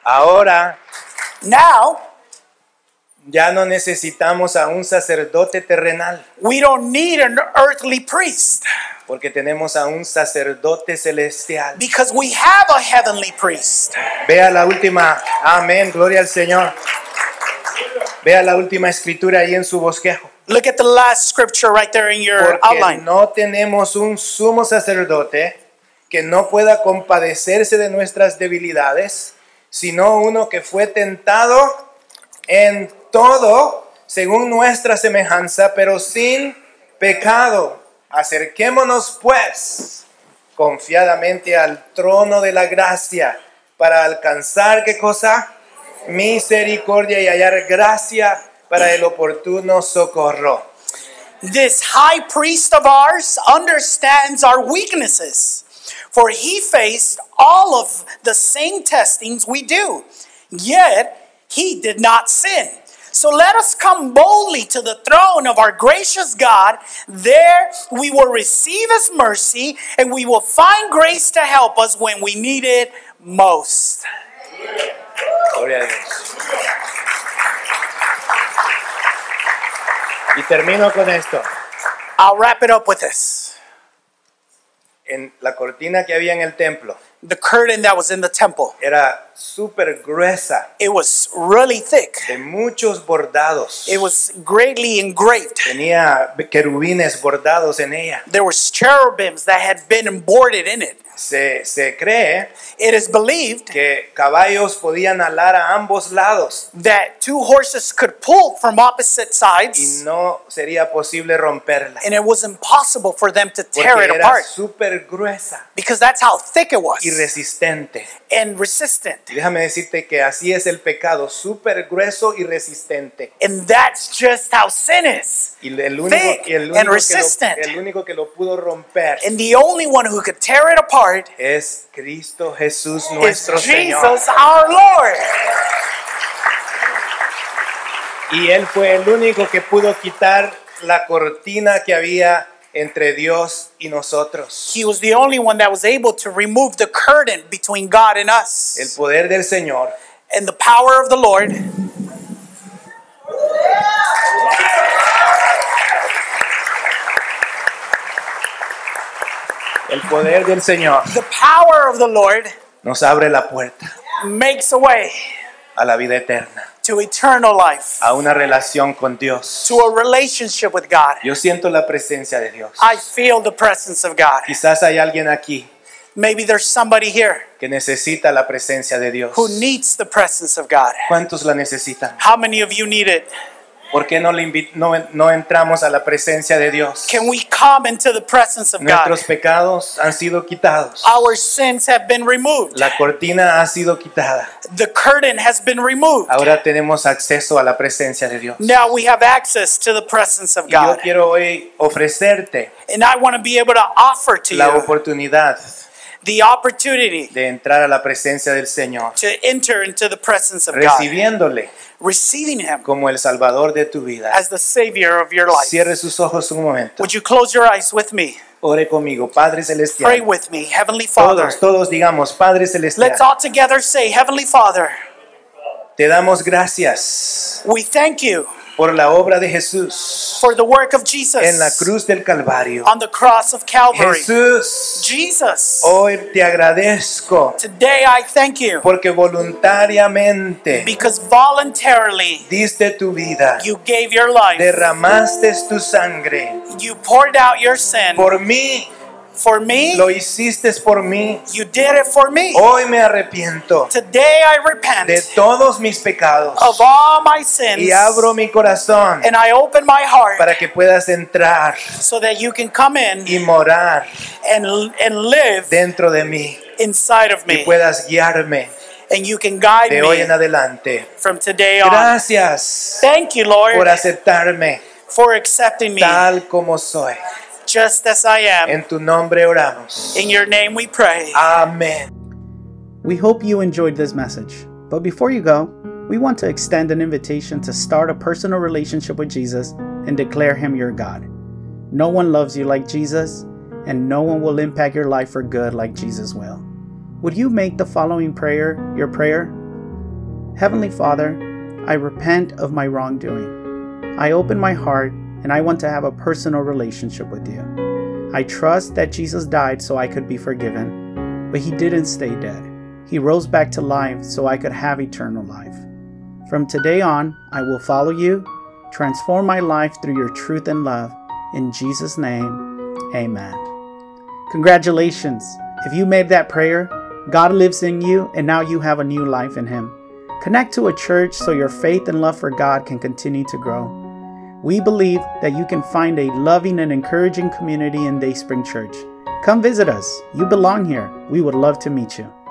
Speaker 2: Ahora
Speaker 1: Now,
Speaker 2: ya no necesitamos a un sacerdote terrenal,
Speaker 1: we don't need an earthly priest
Speaker 2: porque tenemos a un sacerdote celestial.
Speaker 1: because we have a heavenly priest.
Speaker 2: Vea la última, amén, gloria al Señor. Vea la última escritura ahí en su bosquejo.
Speaker 1: Look at the last scripture right there in your
Speaker 2: Porque
Speaker 1: outline.
Speaker 2: no tenemos un sumo sacerdote que no pueda compadecerse de nuestras debilidades, sino uno que fue tentado en todo según nuestra semejanza, pero sin pecado. Acerquémonos pues confiadamente al trono de la gracia para alcanzar qué cosa? Misericordia y hallar gracia para el oportuno socorro.
Speaker 1: This high priest of ours understands our weaknesses, for he faced all of the same testings we do, yet he did not sin. So let us come boldly to the throne of our gracious God. There we will receive his mercy and we will find grace to help us when we need it most.
Speaker 2: Gloria a Dios. Y termino con esto.
Speaker 1: I'll wrap it up with this
Speaker 2: En la cortina que había en el templo
Speaker 1: the curtain that was in the temple,
Speaker 2: era súper gruesa,
Speaker 1: it was really thick.
Speaker 2: de muchos bordados.
Speaker 1: It was greatly engraved.
Speaker 2: Tenía querubines bordados en ella.
Speaker 1: There was cherubims that had been emboarded in it.
Speaker 2: Se, se cree
Speaker 1: It is believed
Speaker 2: que caballos podían alar a ambos lados
Speaker 1: that two horses could pull from opposite
Speaker 2: y
Speaker 1: sides,
Speaker 2: no sería posible romperla.
Speaker 1: and it was impossible for them to tear
Speaker 2: Porque
Speaker 1: it
Speaker 2: era
Speaker 1: apart
Speaker 2: súper gruesa
Speaker 1: because that's how thick it
Speaker 2: y
Speaker 1: was
Speaker 2: resistente.
Speaker 1: and resistant.
Speaker 2: Y déjame decirte que así es el pecado, súper grueso y resistente.
Speaker 1: And that's just how sin is.
Speaker 2: Y el único,
Speaker 1: Thick
Speaker 2: y el
Speaker 1: and
Speaker 2: único, que,
Speaker 1: resistant.
Speaker 2: lo, el único que lo pudo romper
Speaker 1: And the only one who could tear it apart
Speaker 2: es Cristo Jesús
Speaker 1: is
Speaker 2: nuestro Señor.
Speaker 1: Jesus our Lord.
Speaker 2: Y Él fue el único que pudo quitar la cortina que había entre Dios y nosotros.
Speaker 1: He was the only one that was able to remove the curtain between God and
Speaker 2: El
Speaker 1: us.
Speaker 2: poder del Señor
Speaker 1: And the power of the Lord
Speaker 2: El poder del Señor
Speaker 1: The power of the Lord
Speaker 2: nos abre la puerta
Speaker 1: makes a way
Speaker 2: a la vida eterna,
Speaker 1: to eternal life,
Speaker 2: a una relación con Dios.
Speaker 1: to a relationship with God.
Speaker 2: Yo siento la presencia de Dios.
Speaker 1: I feel the presence of God.
Speaker 2: Quizás hay alguien aquí
Speaker 1: Maybe there's somebody here
Speaker 2: que necesita la presencia de Dios.
Speaker 1: who needs the presence of God.
Speaker 2: ¿Cuántos la necesitan?
Speaker 1: How many of you need it?
Speaker 2: ¿Por qué no, le invi- no, no entramos a la presencia de Dios?
Speaker 1: Can we come into the presence of God?
Speaker 2: Nuestros pecados han sido quitados.
Speaker 1: Our sins have been removed.
Speaker 2: La cortina ha sido quitada.
Speaker 1: The curtain has been removed.
Speaker 2: Ahora tenemos acceso a la presencia de Dios.
Speaker 1: Now we have access to the presence of
Speaker 2: Y yo
Speaker 1: God.
Speaker 2: quiero hoy ofrecerte
Speaker 1: And I want to be able to offer to
Speaker 2: la
Speaker 1: you
Speaker 2: oportunidad
Speaker 1: the opportunity
Speaker 2: de entrar a la presencia del Señor,
Speaker 1: to enter into the presence of God,
Speaker 2: recibiéndole
Speaker 1: receiving Him.
Speaker 2: como el Salvador de tu vida.
Speaker 1: as the Savior of your life.
Speaker 2: Cierre sus ojos un momento.
Speaker 1: Would you close your eyes with me?
Speaker 2: Ore conmigo, Padre
Speaker 1: Pray
Speaker 2: Celestial.
Speaker 1: with me, Heavenly Father.
Speaker 2: Todos, todos digamos, Padre Celestial,
Speaker 1: Let's all together say, Heavenly Father,
Speaker 2: te damos gracias
Speaker 1: we thank you
Speaker 2: por la obra de Jesús
Speaker 1: for the work of Jesus
Speaker 2: en la cruz del Calvario.
Speaker 1: on the cross of Calvary.
Speaker 2: Jesús, Oh.
Speaker 1: Jesus,
Speaker 2: hoy te agradezco
Speaker 1: today I thank you
Speaker 2: porque voluntariamente
Speaker 1: because voluntarily
Speaker 2: diste tu vida,
Speaker 1: you gave your life,
Speaker 2: derramaste tu sangre
Speaker 1: you poured out your sin
Speaker 2: por mí,
Speaker 1: for me,
Speaker 2: lo hiciste por mí.
Speaker 1: you did it for me.
Speaker 2: Hoy me arrepiento
Speaker 1: Today I repent
Speaker 2: de todos mis pecados
Speaker 1: of all my sins
Speaker 2: y abro mi corazón
Speaker 1: and I open my heart
Speaker 2: para que puedas entrar
Speaker 1: so that you can come in
Speaker 2: y morar
Speaker 1: and, and live
Speaker 2: dentro de mí
Speaker 1: inside of
Speaker 2: y
Speaker 1: me.
Speaker 2: puedas guiarme
Speaker 1: And you can guide
Speaker 2: de hoy en
Speaker 1: me
Speaker 2: adelante.
Speaker 1: from today on.
Speaker 2: Gracias
Speaker 1: Thank you,
Speaker 2: por
Speaker 1: Lord,
Speaker 2: aceptarme
Speaker 1: for accepting me
Speaker 2: tal como soy.
Speaker 1: just as I am.
Speaker 2: En tu nombre oramos.
Speaker 1: In your name we pray.
Speaker 2: Amén.
Speaker 3: We hope you enjoyed this message. But before you go, we want to extend an invitation to start a personal relationship with Jesus and declare Him your God. No one loves you like Jesus, and no one will impact your life for good like Jesus will. Would you make the following prayer your prayer? Heavenly Father, I repent of my wrongdoing. I open my heart and I want to have a personal relationship with you. I trust that Jesus died so I could be forgiven but he didn't stay dead. He rose back to life so I could have eternal life. From today on, I will follow you, transform my life through your truth and love. In Jesus' name, amen. Congratulations! If you made that prayer, God lives in you and now you have a new life in Him. Connect to a church so your faith and love for God can continue to grow. We believe that you can find a loving and encouraging community in Dayspring Church. Come visit us. You belong here. We would love to meet you.